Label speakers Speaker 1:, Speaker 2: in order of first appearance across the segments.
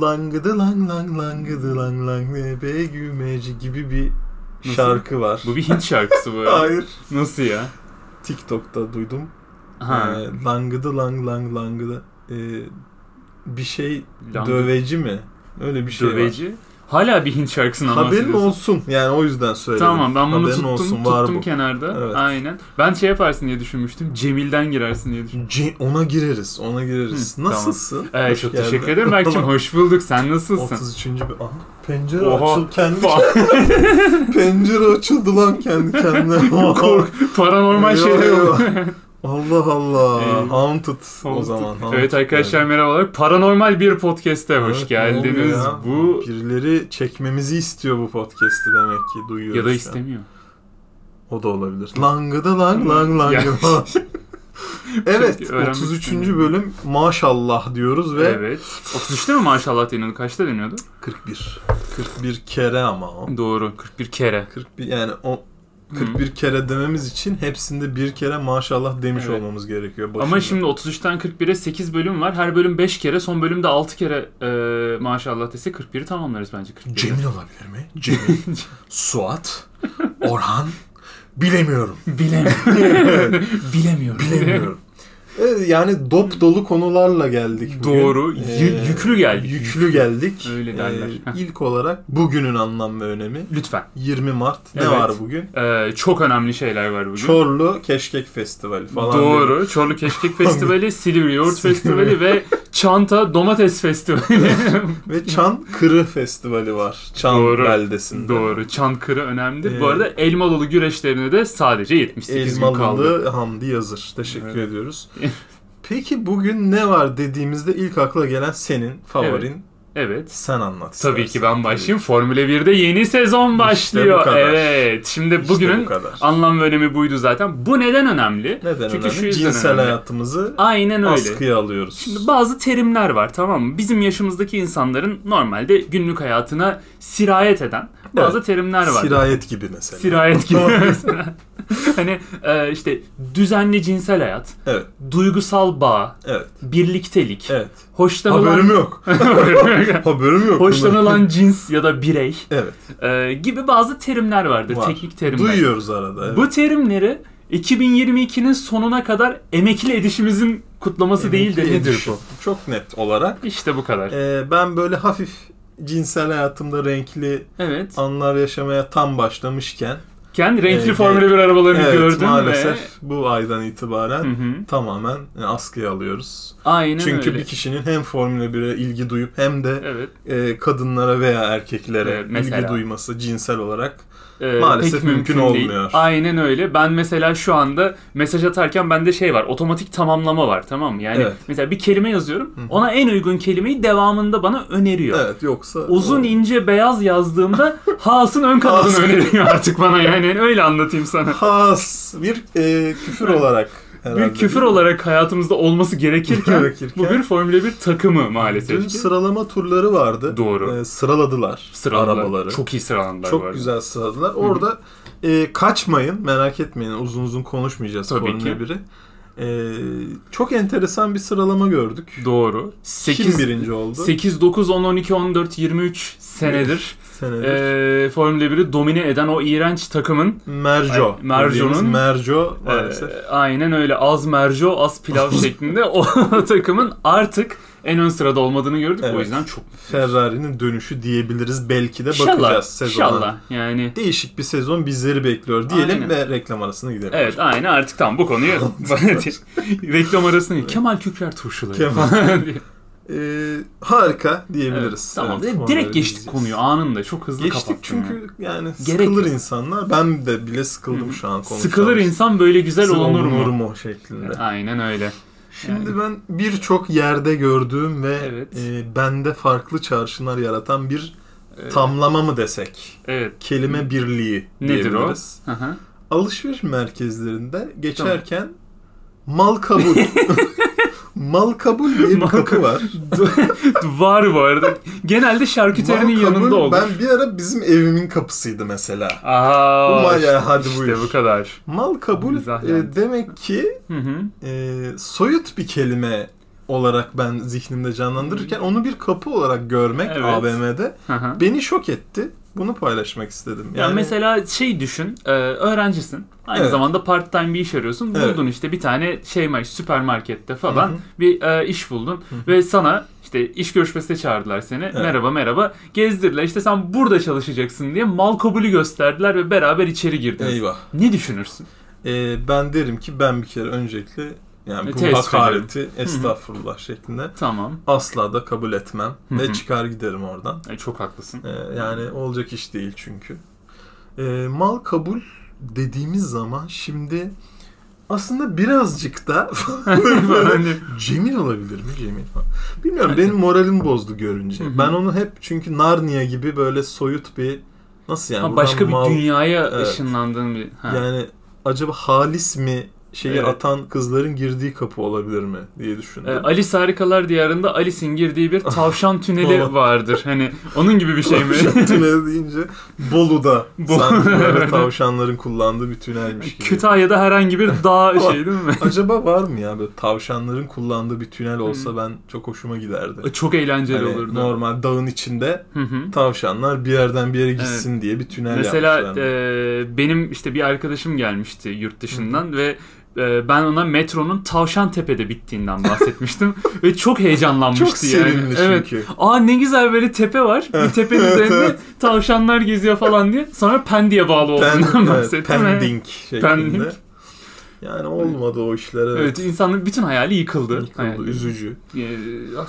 Speaker 1: Langıdı lang lang langıdı lang lang be gümeci gibi bir
Speaker 2: Nasıl?
Speaker 1: şarkı var.
Speaker 2: Bu bir Hint şarkısı bu.
Speaker 1: Hayır.
Speaker 2: Nasıl ya?
Speaker 1: TikTok'ta duydum.
Speaker 2: Ha.
Speaker 1: Ee, langıdı lang lang langıdı. Ee, bir şey
Speaker 2: Langı-
Speaker 1: döveci mi? Öyle bir şey var.
Speaker 2: Döveci. Hala bir Hint şarkısından
Speaker 1: Haberin
Speaker 2: bahsediyorsun.
Speaker 1: olsun. Yani o yüzden söyledim.
Speaker 2: Tamam ben bunu
Speaker 1: Haberin
Speaker 2: tuttum,
Speaker 1: olsun, var
Speaker 2: tuttum
Speaker 1: bu.
Speaker 2: kenarda.
Speaker 1: Evet.
Speaker 2: Aynen. Ben şey yaparsın diye düşünmüştüm. Cemil'den girersin diye düşünmüştüm.
Speaker 1: Ce- ona gireriz, ona gireriz.
Speaker 2: Hı,
Speaker 1: Nasılsın?
Speaker 2: Ee,
Speaker 1: Hoş
Speaker 2: çok
Speaker 1: geldin.
Speaker 2: teşekkür ederim Berk'cim. Hoş bulduk. Sen nasılsın?
Speaker 1: 33. bir... Aha, pencere
Speaker 2: Oha.
Speaker 1: açıldı kendi
Speaker 2: Fa-
Speaker 1: pencere açıldı lan kendi kendine.
Speaker 2: Kork, paranormal
Speaker 1: Yo,
Speaker 2: şeyler
Speaker 1: yo.
Speaker 2: oldu.
Speaker 1: Allah Allah.
Speaker 2: Ee,
Speaker 1: haunted, o zaman. haunted
Speaker 2: evet arkadaşlar
Speaker 1: yani.
Speaker 2: merhabalar. Paranormal bir podcast'e hoş
Speaker 1: Evet, ne
Speaker 2: geldiniz.
Speaker 1: oluyor ya?
Speaker 2: Bu
Speaker 1: Birileri çekmemizi istiyor bu podcast'i demek ki duyuyoruz.
Speaker 2: ya da
Speaker 1: şu an.
Speaker 2: istemiyor.
Speaker 1: O da olabilir. Langıda lang lang lang.
Speaker 2: Hmm. Ya.
Speaker 1: evet
Speaker 2: Çünkü öğrenmek
Speaker 1: 33.
Speaker 2: istemiyorum.
Speaker 1: bölüm maşallah diyoruz ve
Speaker 2: Evet. 33'te mi maşallah deniyordu? Kaçta deniyordu?
Speaker 1: 41. 41 kere ama o.
Speaker 2: Doğru. 41 kere.
Speaker 1: 41 yani o 41 kere dememiz için hepsinde bir kere maşallah demiş
Speaker 2: Evet.
Speaker 1: olmamız gerekiyor.
Speaker 2: Ama
Speaker 1: başında.
Speaker 2: şimdi 33'ten 41'e 8 bölüm var. Her bölüm 5 kere, son bölümde 6 kere e, maşallah dese 41'i tamamlarız bence. 41'i.
Speaker 1: Cemil olabilir mi? Cemil, Suat, Orhan, bilemiyorum.
Speaker 2: Bilemiyorum. Bilemiyorum.
Speaker 1: Bilemiyorum. Ee, yani dop dolu konularla geldik bugün.
Speaker 2: Doğru. Yü-
Speaker 1: Ee,
Speaker 2: yüklü geldik.
Speaker 1: Yüklü geldik. Ee,
Speaker 2: Öyle derler. Heh.
Speaker 1: ilk olarak bugünün anlam ve önemi.
Speaker 2: Lütfen.
Speaker 1: 20 Mart. Ne
Speaker 2: Evet.
Speaker 1: var bugün?
Speaker 2: E, çok önemli şeyler var bugün.
Speaker 1: Çorlu Keşkek Festivali falan.
Speaker 2: Doğru. Çorlu Keşkek Festivali, Silivri Yoğurt Festivali ve Çanta Domates Festivali.
Speaker 1: Ve Çan Kırı Festivali var. Çan
Speaker 2: Doğru.
Speaker 1: beldesinde.
Speaker 2: Doğru. Çankırı önemli.
Speaker 1: Ee,
Speaker 2: Bu arada Elmalılı güreşlerine de sadece 78 gün kaldı.
Speaker 1: Elmalılı Hamdi Yazır. Teşekkür
Speaker 2: Evet.
Speaker 1: ediyoruz. Peki bugün ne var dediğimizde ilk akla gelen senin favorin
Speaker 2: Evet.
Speaker 1: sen anlat.
Speaker 2: Tabii ki
Speaker 1: istersen.
Speaker 2: ben başlayayım. Formüle 1'de yeni sezon başlıyor.
Speaker 1: bu kadar.
Speaker 2: Evet. Şimdi
Speaker 1: İşte
Speaker 2: bugünün
Speaker 1: bu kadar.
Speaker 2: anlam ve önemi buydu zaten. Bu neden önemli?
Speaker 1: Neden
Speaker 2: Çünkü
Speaker 1: önemli?
Speaker 2: şu yüzden
Speaker 1: Cinsel
Speaker 2: önemli.
Speaker 1: hayatımızı
Speaker 2: Aynen öyle.
Speaker 1: askıya alıyoruz.
Speaker 2: Şimdi bazı terimler var tamam mı? Bizim yaşımızdaki insanların normalde günlük hayatına sirayet eden bazı terimler var.
Speaker 1: Sirayet gibi mesela.
Speaker 2: Sirayet gibi mesela. hani e, işte düzenli cinsel hayat,
Speaker 1: Evet,
Speaker 2: duygusal bağ,
Speaker 1: evet,
Speaker 2: birliktelik,
Speaker 1: evet.
Speaker 2: hoşlanılan
Speaker 1: Haberim yok. Haberim yok.
Speaker 2: hoşlanılan cins ya da birey
Speaker 1: Evet.
Speaker 2: e, gibi bazı terimler vardır.
Speaker 1: Var.
Speaker 2: Teknik terimler.
Speaker 1: Duyuyoruz arada. Evet.
Speaker 2: Bu terimleri 2022'nin sonuna kadar emekli edişimizin kutlaması değil de
Speaker 1: Emekli
Speaker 2: nedir
Speaker 1: edişim.
Speaker 2: bu?
Speaker 1: Çok net olarak.
Speaker 2: İşte bu kadar.
Speaker 1: Ee, ben böyle hafif cinsel hayatımda renkli
Speaker 2: Evet.
Speaker 1: anlar yaşamaya tam başlamışken
Speaker 2: Kendi renkli
Speaker 1: Evet.
Speaker 2: Formula 1 arabalarını
Speaker 1: evet
Speaker 2: gördüm
Speaker 1: maalesef
Speaker 2: ve...
Speaker 1: bu aydan itibaren
Speaker 2: Hı hı.
Speaker 1: tamamen e, askıya alıyoruz.
Speaker 2: Aynen
Speaker 1: Çünkü
Speaker 2: öyle.
Speaker 1: bir kişinin hem Formula 1'e ilgi duyup hem de
Speaker 2: Evet.
Speaker 1: e, kadınlara veya erkeklere
Speaker 2: Evet, mesela.
Speaker 1: ilgi duyması cinsel olarak
Speaker 2: Ee,
Speaker 1: Maalesef
Speaker 2: pek
Speaker 1: mümkün olmuyor.
Speaker 2: Aynen öyle. Ben mesela şu anda mesaj atarken bende şey var. Otomatik tamamlama var tamam mı? Yani
Speaker 1: Evet.
Speaker 2: mesela bir kelime yazıyorum.
Speaker 1: Hı hı.
Speaker 2: Ona en uygun kelimeyi devamında bana öneriyor.
Speaker 1: evet yoksa
Speaker 2: Uzun
Speaker 1: o-
Speaker 2: ince beyaz yazdığımda Haas'ın ön kanadını
Speaker 1: Haas.
Speaker 2: öneriyor artık bana yani öyle anlatayım sana.
Speaker 1: has bir e, küfür
Speaker 2: Evet.
Speaker 1: olarak herhalde.
Speaker 2: Bir küfür olarak hayatımızda olması gerekirken
Speaker 1: Gerekirken.
Speaker 2: bu bir Formula 1 takımı maalesef
Speaker 1: Dün
Speaker 2: ki.
Speaker 1: sıralama turları vardı.
Speaker 2: Doğru.
Speaker 1: E, sıraladılar
Speaker 2: Sıralar-
Speaker 1: arabaları. Çok,
Speaker 2: Çok iyi sıralandılar bu arada.
Speaker 1: güzel sıraladılar. Orada e, kaçmayın merak etmeyin uzun uzun konuşmayacağız
Speaker 2: Tabii
Speaker 1: Formula
Speaker 2: ki.
Speaker 1: 1'i. E, çok enteresan bir sıralama gördük.
Speaker 2: Doğru. 8,
Speaker 1: Kim birinci oldu?
Speaker 2: 8, 9, 10, 12, 14, 23 senedir
Speaker 1: Senedir.
Speaker 2: eee Formula 1'i domine eden o iğrenç takımın
Speaker 1: Merco.
Speaker 2: Ay, Merco'nun-
Speaker 1: Dediğimiz Merco maalesef.
Speaker 2: eee, aynen öyle az merco az pilav şeklinde o takımın artık en ön sırada olmadığını gördük. O
Speaker 1: Evet.
Speaker 2: yüzden çok
Speaker 1: Ferrari'nin dönüşü diyebiliriz. Belki de
Speaker 2: İnşallah,
Speaker 1: bakacağız sezona.
Speaker 2: inşallah yani.
Speaker 1: Değişik bir sezon bizleri bekliyor diyelim
Speaker 2: Aynen.
Speaker 1: ve reklam arasına gidelim.
Speaker 2: Evet aynı artık tam bu konuyu reklam arasında Kemal Kükrer turşuları.
Speaker 1: Kemal.
Speaker 2: falan diye.
Speaker 1: Ee, harika diyebiliriz.
Speaker 2: Evet, tamam
Speaker 1: Evet, Formula
Speaker 2: direkt
Speaker 1: 1
Speaker 2: geçtik
Speaker 1: diyeceğiz.
Speaker 2: konuyu anında çok hızlı
Speaker 1: Geçtik
Speaker 2: kapattık.
Speaker 1: çünkü yani,
Speaker 2: Gerek
Speaker 1: sıkılır
Speaker 2: yok.
Speaker 1: insanlar. Ben de bile sıkıldım
Speaker 2: Hı.
Speaker 1: şu an konuşan.
Speaker 2: Sıkılır insan böyle güzel olunur mu?
Speaker 1: şeklinde.
Speaker 2: Aynen öyle.
Speaker 1: Şimdi ben birçok yerde gördüğüm ve
Speaker 2: Evet.
Speaker 1: e, bende farklı çağrışımlar yaratan bir tamlama mı desek?
Speaker 2: Evet.
Speaker 1: Kelime birliği
Speaker 2: Nedir o?
Speaker 1: diyebiliriz.
Speaker 2: Hı hı.
Speaker 1: alışveriş merkezlerinde geçerken mal kabul. mal kabul diye bir
Speaker 2: Mal
Speaker 1: kapı var.
Speaker 2: var bu arada. Genelde şarküterinin
Speaker 1: Mal kabul,
Speaker 2: yanında olur.
Speaker 1: Ben bir ara bizim evimin kapısıydı mesela.
Speaker 2: Aha.
Speaker 1: Bu bayağı hadi
Speaker 2: işte
Speaker 1: buyur.
Speaker 2: bu kadar.
Speaker 1: Mal kabul
Speaker 2: Mizah
Speaker 1: e,
Speaker 2: yani.
Speaker 1: demek ki
Speaker 2: Hı hı.
Speaker 1: e, soyut bir Ee, kelime olarak ben zihnimde canlandırırken onu bir kapı olarak görmek
Speaker 2: Hmm. Evet.
Speaker 1: AVM'de
Speaker 2: Hı hı.
Speaker 1: beni şok etti. Bunu paylaşmak istedim.
Speaker 2: Ya mesela şey düşün, e, öğrencisin. Aynı
Speaker 1: Evet.
Speaker 2: zamanda part-time bir iş arıyorsun.
Speaker 1: Evet.
Speaker 2: Buldun işte bir tane şey mar- süpermarkette falan
Speaker 1: Hı hı.
Speaker 2: bir e, iş buldun ve sana işte iş görüşmesine çağırdılar seni. Merhaba merhaba. Gezdirdiler. İşte sen burada çalışacaksın diye mal kabulü gösterdiler ve beraber içeri girdiniz.
Speaker 1: Eyvah.
Speaker 2: Ne düşünürsün?
Speaker 1: Ee, ben derim ki ben bir kere öncelikle yani bu
Speaker 2: Test
Speaker 1: hakareti estağfurullah şeklinde
Speaker 2: Tamam.
Speaker 1: asla da kabul etmem
Speaker 2: Hı
Speaker 1: ve
Speaker 2: hı.
Speaker 1: çıkar giderim oradan.
Speaker 2: E, çok haklısın.
Speaker 1: Ee, yani olacak iş değil çünkü. Ee, mal kabul dediğimiz zaman şimdi aslında birazcık da böyle
Speaker 2: Hani-
Speaker 1: Cemil olabilir mi Cemil falan. Bilmiyorum benim moralim bozdu görünce.
Speaker 2: Hı hı.
Speaker 1: Ben onu hep çünkü Narnia gibi böyle soyut bir nasıl yani
Speaker 2: Ha,
Speaker 1: buradan
Speaker 2: başka bir
Speaker 1: mal-
Speaker 2: dünyaya
Speaker 1: Evet.
Speaker 2: ışınlandığın bir... Ha.
Speaker 1: yani acaba halis mi şeyi
Speaker 2: Evet.
Speaker 1: atan kızların girdiği kapı olabilir mi diye düşündüm.
Speaker 2: E, Alice Harikalar Diyarı'nda Alice'in girdiği bir tavşan
Speaker 1: Baba.
Speaker 2: tüneli vardır. Hani onun gibi bir şey mi?
Speaker 1: Tavşan tüneli deyince Bolu'da
Speaker 2: Bolu.
Speaker 1: sanki böyle tavşanların kullandığı bir tünelmiş gibi.
Speaker 2: Kütahya'da herhangi bir dağ şey değil mi?
Speaker 1: Acaba var mı ya böyle tavşanların kullandığı bir tünel olsa ben çok hoşuma giderdi.
Speaker 2: Çok eğlenceli
Speaker 1: Hani
Speaker 2: olurdu.
Speaker 1: normal dağın içinde
Speaker 2: Hı hı.
Speaker 1: tavşanlar bir yerden bir yere gitsin diye bir tünel
Speaker 2: Mesela
Speaker 1: yapmışlar.
Speaker 2: e, benim işte bir arkadaşım gelmişti yurt dışından ve e, ben ona metronun Tavşan Tepe'de bittiğinden bahsetmiştim ve çok heyecanlanmıştı
Speaker 1: çok
Speaker 2: yani.
Speaker 1: sevimli
Speaker 2: Evet.
Speaker 1: çünkü.
Speaker 2: Aa ne güzel böyle tepe var. Bir tepenin
Speaker 1: Evet,
Speaker 2: üzerinde
Speaker 1: evet.
Speaker 2: tavşanlar geziyor falan diye. Sonra Pendik'e bağlı olduğundan
Speaker 1: Pen- evet,
Speaker 2: bahsettim. Evet.
Speaker 1: pending şeklinde.
Speaker 2: Pending.
Speaker 1: Yani olmadı o işler evet.
Speaker 2: Evet, insanın bütün hayali yıkıldı.
Speaker 1: Yıkıldı,
Speaker 2: Hayali.
Speaker 1: üzücü.
Speaker 2: Ee,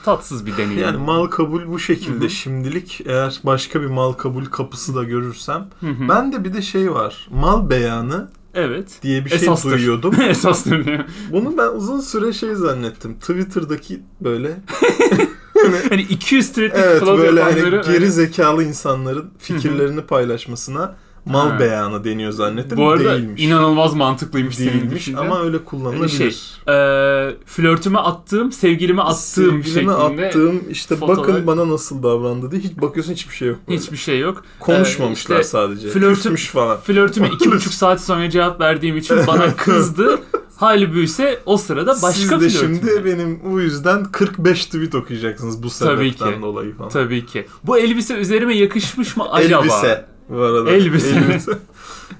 Speaker 2: tatsız bir deneyim.
Speaker 1: Yani mal kabul bu şekilde
Speaker 2: Hı hı.
Speaker 1: şimdilik. Eğer başka bir mal kabul kapısı da görürsem.
Speaker 2: Hı hı.
Speaker 1: Ben de bir de şey var. Mal beyanı
Speaker 2: Evet.
Speaker 1: diye bir şey
Speaker 2: Esastır.
Speaker 1: duyuyordum.
Speaker 2: Esas dönüyor.
Speaker 1: Bunu ben uzun süre şey zannettim. Twitter'daki böyle
Speaker 2: Hani 200 tweetlik
Speaker 1: evet
Speaker 2: flood
Speaker 1: böyle hani
Speaker 2: yapanları-
Speaker 1: geri zekalı insanların fikirlerini paylaşmasına mal
Speaker 2: Ha.
Speaker 1: beyanı deniyor zannettim.
Speaker 2: Bu arada
Speaker 1: değilmiş.
Speaker 2: inanılmaz mantıklıymış senin
Speaker 1: değilmiş
Speaker 2: düşüncen.
Speaker 1: ama öyle
Speaker 2: Hani
Speaker 1: kullanılabilir.
Speaker 2: şey, e, flörtüme attığım, sevgilime attığım
Speaker 1: Sevgilime
Speaker 2: şeklinde
Speaker 1: attığım işte
Speaker 2: fotoğraf-
Speaker 1: bakın bana nasıl davrandı diye hiç bakıyorsun hiçbir şey yok. Böyle.
Speaker 2: hiçbir şey yok.
Speaker 1: Konuşmamışlar
Speaker 2: Ee, işte
Speaker 1: sadece.
Speaker 2: flörtü-
Speaker 1: Küsmüş falan.
Speaker 2: Flörtüme iki buçuk saat sonra cevap verdiğim için bana kızdı. Halbüyse o sırada başka
Speaker 1: Siz de
Speaker 2: flörtüm.
Speaker 1: şimdi benim bu yüzden 45 tweet okuyacaksınız bu
Speaker 2: Tabii
Speaker 1: sebepten
Speaker 2: ki.
Speaker 1: dolayı falan.
Speaker 2: Tabii ki. Bu elbise üzerime yakışmış mı acaba?
Speaker 1: Elbise bu arada.
Speaker 2: Elbise.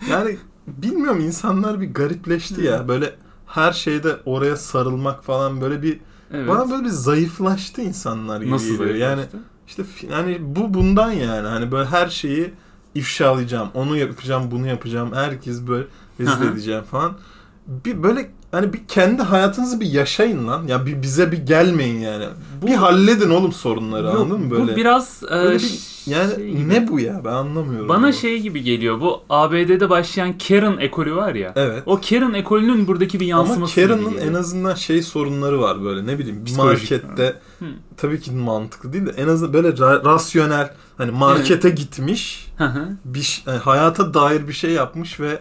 Speaker 1: yani bilmiyorum insanlar bir garipleşti ya. Böyle her şeyde oraya sarılmak falan böyle bir
Speaker 2: Evet.
Speaker 1: bana böyle bir zayıflaştı insanlar gibi
Speaker 2: Nasıl
Speaker 1: geliyor. Yani
Speaker 2: zayıflaştı?
Speaker 1: işte fi- yani bu bundan yani hani böyle her şeyi ifşalayacağım. Onu yapacağım, bunu yapacağım. Herkes böyle rezil
Speaker 2: Hı hı.
Speaker 1: edeceğim falan. Bir böyle hani bir kendi hayatınızı bir yaşayın lan. Ya bir bize bir gelmeyin yani. bir halledin oğlum sorunları
Speaker 2: Yok,
Speaker 1: anladın mı böyle?
Speaker 2: Bu biraz e,
Speaker 1: Böyle bir-
Speaker 2: şey
Speaker 1: yani
Speaker 2: gibi.
Speaker 1: ne bu ya ben anlamıyorum.
Speaker 2: Bana
Speaker 1: bunu.
Speaker 2: şey gibi geliyor. Bu ABD'de başlayan Karen ekolü var ya.
Speaker 1: Evet.
Speaker 2: O Karen ekolünün buradaki bir
Speaker 1: Ama
Speaker 2: yansıması. gibi
Speaker 1: Karen'ın
Speaker 2: geliyor.
Speaker 1: en azından şey sorunları var böyle ne bileyim bir
Speaker 2: Psikolojik
Speaker 1: markette
Speaker 2: Hı.
Speaker 1: tabii ki mantıklı değil de en azından böyle ra- rasyonel hani markete gitmiş
Speaker 2: Hı hı.
Speaker 1: bir ş- yani hayata dair bir şey yapmış ve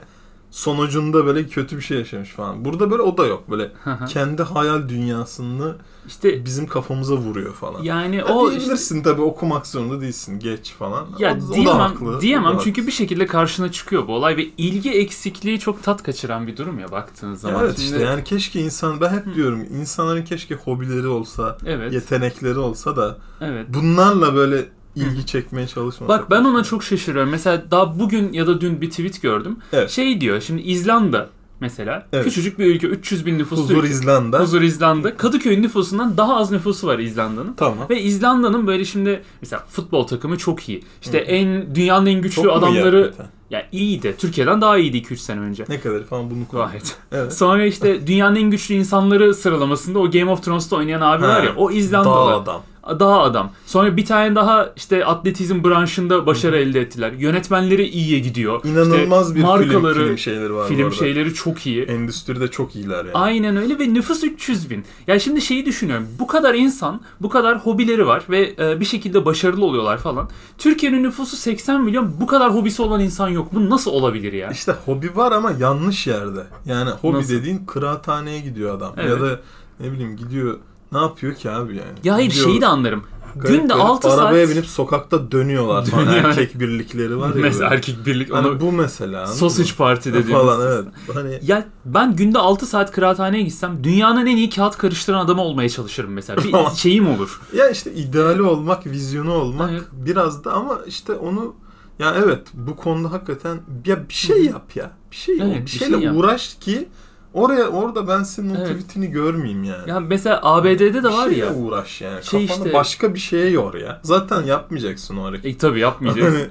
Speaker 1: sonucunda böyle kötü bir şey yaşamış falan. Burada böyle o da yok böyle
Speaker 2: Hı hı.
Speaker 1: kendi hayal dünyasını
Speaker 2: İşte
Speaker 1: bizim kafamıza vuruyor falan. Ya,
Speaker 2: yani E, o işte-
Speaker 1: diyebilirsin tabii okumak zorunda değilsin geç falan.
Speaker 2: ya
Speaker 1: o, da- o
Speaker 2: diyemem,
Speaker 1: da haklı. o da
Speaker 2: diyemem
Speaker 1: haklı.
Speaker 2: çünkü bir şekilde karşına çıkıyor bu olay ve ilgi eksikliği çok tat kaçıran bir durum ya baktığın
Speaker 1: Ya
Speaker 2: zaman.
Speaker 1: evet
Speaker 2: Şimdi-
Speaker 1: işte yani keşke insan ben hep diyorum insanların keşke hobileri olsa,
Speaker 2: Evet,
Speaker 1: yetenekleri olsa da
Speaker 2: evet.
Speaker 1: bunlarla böyle ilgi çekmeye çalışmasak.
Speaker 2: Bak ben ona çok şaşırıyorum. Mesela daha bugün ya da dün bir tweet gördüm.
Speaker 1: Evet.
Speaker 2: Şey diyor şimdi İzlanda mesela
Speaker 1: Evet.
Speaker 2: küçücük bir ülke 300 bin nüfuslu
Speaker 1: Huzur
Speaker 2: ülke.
Speaker 1: İzlanda.
Speaker 2: Huzur İzlanda. Kadıköy nüfusundan daha az nüfusu var İzlanda'nın.
Speaker 1: Tamam.
Speaker 2: Ve İzlanda'nın böyle şimdi mesela futbol takımı çok iyi. İşte
Speaker 1: Hı.
Speaker 2: en dünyanın en güçlü
Speaker 1: Çok mu iyi
Speaker 2: adamları
Speaker 1: hakikaten?
Speaker 2: ya iyiydi. Türkiye'den daha iyiydi 2-3 sene önce.
Speaker 1: Ne kadar falan bunu koy.
Speaker 2: Gayet.
Speaker 1: Evet.
Speaker 2: Sonra işte dünyanın en güçlü insanları sıralamasında o Game of Thrones'ta oynayan abi
Speaker 1: Ha.
Speaker 2: var ya o
Speaker 1: Dağ
Speaker 2: İzlandalı.
Speaker 1: adam.
Speaker 2: Daha, adam. Sonra bir tane daha işte atletizm branşında başarı elde ettiler. Yönetmenleri iyiye gidiyor.
Speaker 1: İnanılmaz
Speaker 2: İşte
Speaker 1: bir
Speaker 2: markaları,
Speaker 1: film, film şeyleri var. bu
Speaker 2: film
Speaker 1: arada.
Speaker 2: şeyleri çok iyi.
Speaker 1: Endüstride çok iyiler yani.
Speaker 2: Aynen öyle ve nüfus 300 bin. Ya şimdi şeyi düşünüyorum. Bu kadar insan, bu kadar hobileri var ve e, bir şekilde başarılı oluyorlar falan. Türkiye'nin nüfusu 80 milyon. Bu kadar hobisi olan insan yok. Bu nasıl olabilir ya?
Speaker 1: İşte hobi var ama yanlış yerde. Yani hobi
Speaker 2: Nasıl?
Speaker 1: dediğin kıraathaneye gidiyor adam.
Speaker 2: Evet.
Speaker 1: Ya da ne bileyim gidiyor ne yapıyor ki abi yani?
Speaker 2: Ya hayır
Speaker 1: Gidiyor-
Speaker 2: şeyi de anlarım.
Speaker 1: Garip
Speaker 2: Günde
Speaker 1: garip
Speaker 2: 6 saat
Speaker 1: Arabaya binip sokakta dönüyorlar falan.
Speaker 2: Dönüyor.
Speaker 1: Erkek birlikleri var ya.
Speaker 2: mesela
Speaker 1: böyle.
Speaker 2: erkek birlik
Speaker 1: Hani
Speaker 2: onu
Speaker 1: bu mesela. anladın
Speaker 2: sausage
Speaker 1: mı?
Speaker 2: party dediğimiz.
Speaker 1: Falan evet. Hani
Speaker 2: Ya ben günde 6 saat kıraathaneye gitsem dünyanın en iyi kağıt karıştıran adamı olmaya çalışırım mesela. Bir şeyim olur.
Speaker 1: ya işte ideali olmak, vizyonu olmak
Speaker 2: Evet.
Speaker 1: biraz da ama işte onu ya evet bu konuda hakikaten ya bir şey yap ya. Bir şey
Speaker 2: Evet,
Speaker 1: bir
Speaker 2: bir
Speaker 1: şeyle
Speaker 2: şey yap.
Speaker 1: uğraş ki oraya orada ben senin o
Speaker 2: Evet.
Speaker 1: tweetini görmeyeyim yani.
Speaker 2: Ya mesela ABD'de de var
Speaker 1: bir şeyle
Speaker 2: ya.
Speaker 1: uğraş yani.
Speaker 2: Şey
Speaker 1: Kafanı
Speaker 2: işte-
Speaker 1: başka bir şeye yor ya. Zaten yapmayacaksın o hareketi.
Speaker 2: E tabi yapmayacağız.
Speaker 1: Hani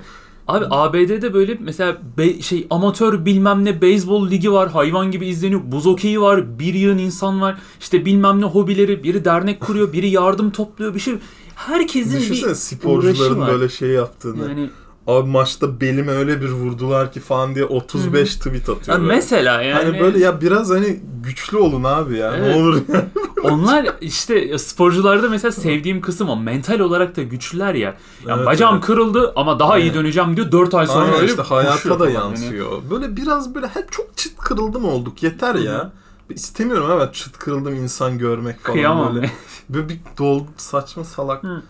Speaker 2: Abi ABD'de böyle mesela be- şey amatör bilmem ne beyzbol ligi var. Hayvan gibi izleniyor. Buz hokeyi var. Bir yığın insan var. İşte bilmem ne hobileri. Biri dernek kuruyor. Biri yardım topluyor. Bir şey. Herkesin
Speaker 1: Düşünsene
Speaker 2: bir uğraşı
Speaker 1: sporcuların
Speaker 2: var.
Speaker 1: böyle şey yaptığını.
Speaker 2: yani,
Speaker 1: Abi maçta belime öyle bir vurdular ki falan diye 35 tweet
Speaker 2: Ya
Speaker 1: atıyor. böyle.
Speaker 2: mesela yani.
Speaker 1: Hani böyle ya biraz hani güçlü olun abi ya.
Speaker 2: Evet.
Speaker 1: Ne olur ya.
Speaker 2: Onlar işte sporcularda mesela sevdiğim kısım o. Mental olarak da güçlüler ya. Ya
Speaker 1: Evet,
Speaker 2: bacağım
Speaker 1: evet.
Speaker 2: kırıldı ama daha iyi
Speaker 1: Evet.
Speaker 2: döneceğim diyor. 4 ay sonra
Speaker 1: Aynen
Speaker 2: öyle
Speaker 1: işte
Speaker 2: koşuyor
Speaker 1: hayata da
Speaker 2: falan. Yani
Speaker 1: yansıyor. Böyle biraz böyle hep çok çıt kırıldım olduk yeter
Speaker 2: Hı
Speaker 1: ya. İstemiyorum evet çıt kırıldım insan görmek falan
Speaker 2: Kıyamam.
Speaker 1: böyle. Böyle bir dol saçma salak.
Speaker 2: Hı.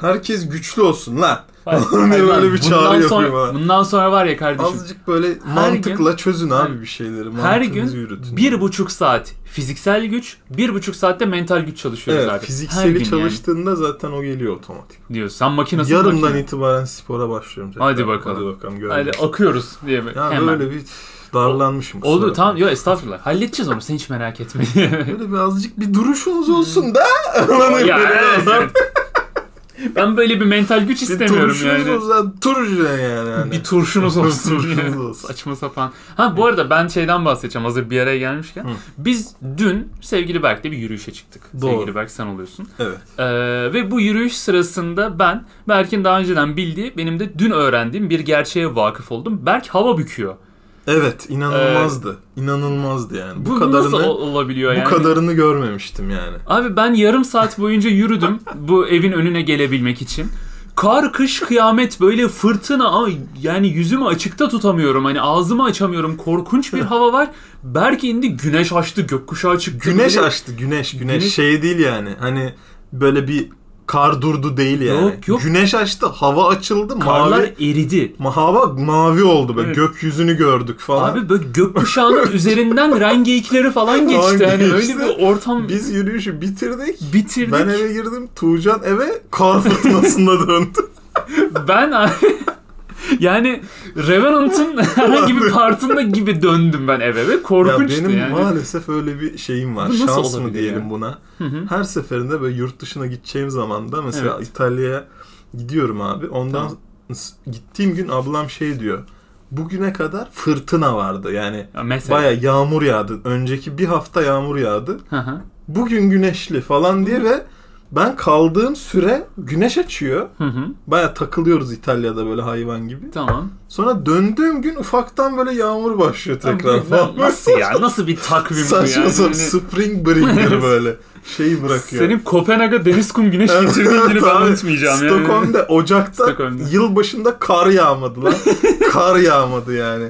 Speaker 1: Herkes güçlü olsun lan.
Speaker 2: Hayır,
Speaker 1: Falan diye
Speaker 2: hayır lan.
Speaker 1: böyle Hani bir çağrı
Speaker 2: bundan
Speaker 1: yapıyor
Speaker 2: sonra,
Speaker 1: bana.
Speaker 2: bundan sonra var ya kardeşim.
Speaker 1: Azıcık böyle mantıkla çözün
Speaker 2: Her-
Speaker 1: abi bir şeyleri.
Speaker 2: Her
Speaker 1: mantığınızı
Speaker 2: gün
Speaker 1: yürütün.
Speaker 2: bir buçuk saat fiziksel güç, bir buçuk saatte mental güç çalışıyoruz
Speaker 1: Evet,
Speaker 2: abi. Her gün
Speaker 1: fizikseli çalıştığında zaten o geliyor otomatik.
Speaker 2: yani diyor. Sen makinesin
Speaker 1: Yarından
Speaker 2: makine.
Speaker 1: itibaren spora başlıyorum. tekrar.
Speaker 2: Hadi bakalım.
Speaker 1: Hadi bakalım görelim.
Speaker 2: Hadi akıyoruz diye mi?
Speaker 1: Ya
Speaker 2: Hemen.
Speaker 1: böyle bir şey darlanmışım. kusura
Speaker 2: Oldu
Speaker 1: bakma.
Speaker 2: tamam yok estağfurullah. Halledeceğiz onu sen hiç merak etme.
Speaker 1: Böyle birazcık bir duruşunuz olsun da.
Speaker 2: Ee, Ya,
Speaker 1: Böyle
Speaker 2: evet,
Speaker 1: adam-
Speaker 2: evet. ben böyle bir mental güç
Speaker 1: Bir
Speaker 2: istemiyorum
Speaker 1: duruşunuz
Speaker 2: yani.
Speaker 1: olsun. Turcu yani. yani.
Speaker 2: Bir turşunuz olsun.
Speaker 1: Turşunuz olsun.
Speaker 2: Saçma sapan. Ha bu arada ben şeyden bahsedeceğim hazır bir araya gelmişken.
Speaker 1: Hı.
Speaker 2: Biz dün sevgili Berk'le bir yürüyüşe çıktık.
Speaker 1: Doğru.
Speaker 2: Sevgili Berk sen oluyorsun.
Speaker 1: Evet.
Speaker 2: Ee, ve bu yürüyüş sırasında ben Berk'in daha önceden bildiği benim de dün öğrendiğim bir gerçeğe vakıf oldum. Berk hava büküyor.
Speaker 1: Evet inanılmazdı. İnanılmazdı yani. Bu,
Speaker 2: Bu,
Speaker 1: kadarını
Speaker 2: nasıl ol- olabiliyor yani?
Speaker 1: bu kadarını görmemiştim yani.
Speaker 2: Abi ben yarım saat boyunca yürüdüm bu evin önüne gelebilmek için. Kar, kış, kıyamet böyle fırtına ay, yani yüzümü açıkta tutamıyorum. Hani ağzımı açamıyorum. Korkunç bir hava var. Berk indi güneş açtı gökkuşağı çıktı.
Speaker 1: Güneş
Speaker 2: Böyle-
Speaker 1: açtı güneş güneş.
Speaker 2: Güneş-
Speaker 1: Şey değil yani. Hani böyle bir kar durdu değil yani.
Speaker 2: Yok, yok.
Speaker 1: Güneş açtı hava açıldı
Speaker 2: Karlar
Speaker 1: mavi.
Speaker 2: eridi.
Speaker 1: Ma- Hava mavi oldu böyle
Speaker 2: Evet.
Speaker 1: gökyüzünü gördük falan.
Speaker 2: Abi böyle gökkuşağının üzerinden rengeyikleri falan geçti.
Speaker 1: Falan
Speaker 2: Hani
Speaker 1: geçti.
Speaker 2: öyle bir ortam
Speaker 1: Biz yürüyüşü bitirdik.
Speaker 2: bitirdik.
Speaker 1: Ben eve girdim. Tuğcan eve kar fırtınasında döndü.
Speaker 2: Ben abi yani Revenant'ın herhangi bir partında gibi döndüm ben eve ve
Speaker 1: ya
Speaker 2: korkunçtu
Speaker 1: benim
Speaker 2: yani.
Speaker 1: maalesef öyle bir şeyim var.
Speaker 2: Bu nasıl
Speaker 1: Şans mı
Speaker 2: olabilir
Speaker 1: diyelim
Speaker 2: ya?
Speaker 1: buna.
Speaker 2: Hı hı.
Speaker 1: Her seferinde böyle yurt dışına gideceğim zaman da mesela
Speaker 2: Evet.
Speaker 1: İtalya'ya gidiyorum abi. Ondan
Speaker 2: Tamam.
Speaker 1: s- gittiğim gün ablam şey diyor. Bugüne kadar fırtına vardı. Yani
Speaker 2: Ya mesela.
Speaker 1: baya yağmur yağdı. Önceki bir hafta yağmur yağdı.
Speaker 2: Hı hı.
Speaker 1: Bugün güneşli falan diye ve ben kaldığım süre güneş açıyor.
Speaker 2: Hı hı.
Speaker 1: Baya takılıyoruz İtalya'da böyle hayvan gibi.
Speaker 2: Tamam.
Speaker 1: Sonra döndüğüm gün ufaktan böyle yağmur başlıyor tekrar
Speaker 2: Lan
Speaker 1: falan.
Speaker 2: Nasıl ya? Nasıl bir takvim bu yani? Hani
Speaker 1: Saçma sapan
Speaker 2: Yani
Speaker 1: spring breaker böyle. Şeyi bırakıyor.
Speaker 2: Senin Kopenhag'a deniz kum güneş
Speaker 1: Evet,
Speaker 2: getirdiğin günü ben
Speaker 1: tabii.
Speaker 2: unutmayacağım yani.
Speaker 1: Stockholm'da Ocak'ta
Speaker 2: Stockholm'da.
Speaker 1: yıl başında kar yağmadı lan. kar yağmadı yani.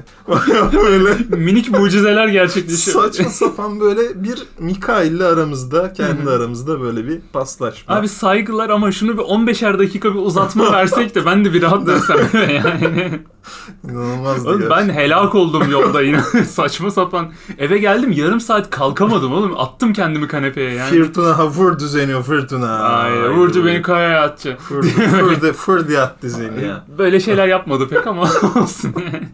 Speaker 1: böyle
Speaker 2: Minik mucizeler gerçekleşiyor.
Speaker 1: saçma sapan böyle bir Mikail'le aramızda
Speaker 2: Hı
Speaker 1: kendi
Speaker 2: hı.
Speaker 1: aramızda böyle bir paslaşma.
Speaker 2: Abi saygılar ama şunu bir 15'er dakika bir uzatma versek de ben de bir rahat dönsem yani.
Speaker 1: İnanılmazdı
Speaker 2: Oğlum
Speaker 1: gerçekten.
Speaker 2: ben helak oldum yolda yine. Saçma sapan. Eve geldim yarım saat kalkamadım oğlum. Attım kendimi kanepeye yani.
Speaker 1: Fırtına ha vur düzeniyor fırtına.
Speaker 2: Ay, vurdu beni kayaya attı.
Speaker 1: Fır, fır, fır diye attı seni ya.
Speaker 2: Böyle şeyler yapmadı pek ama olsun yani.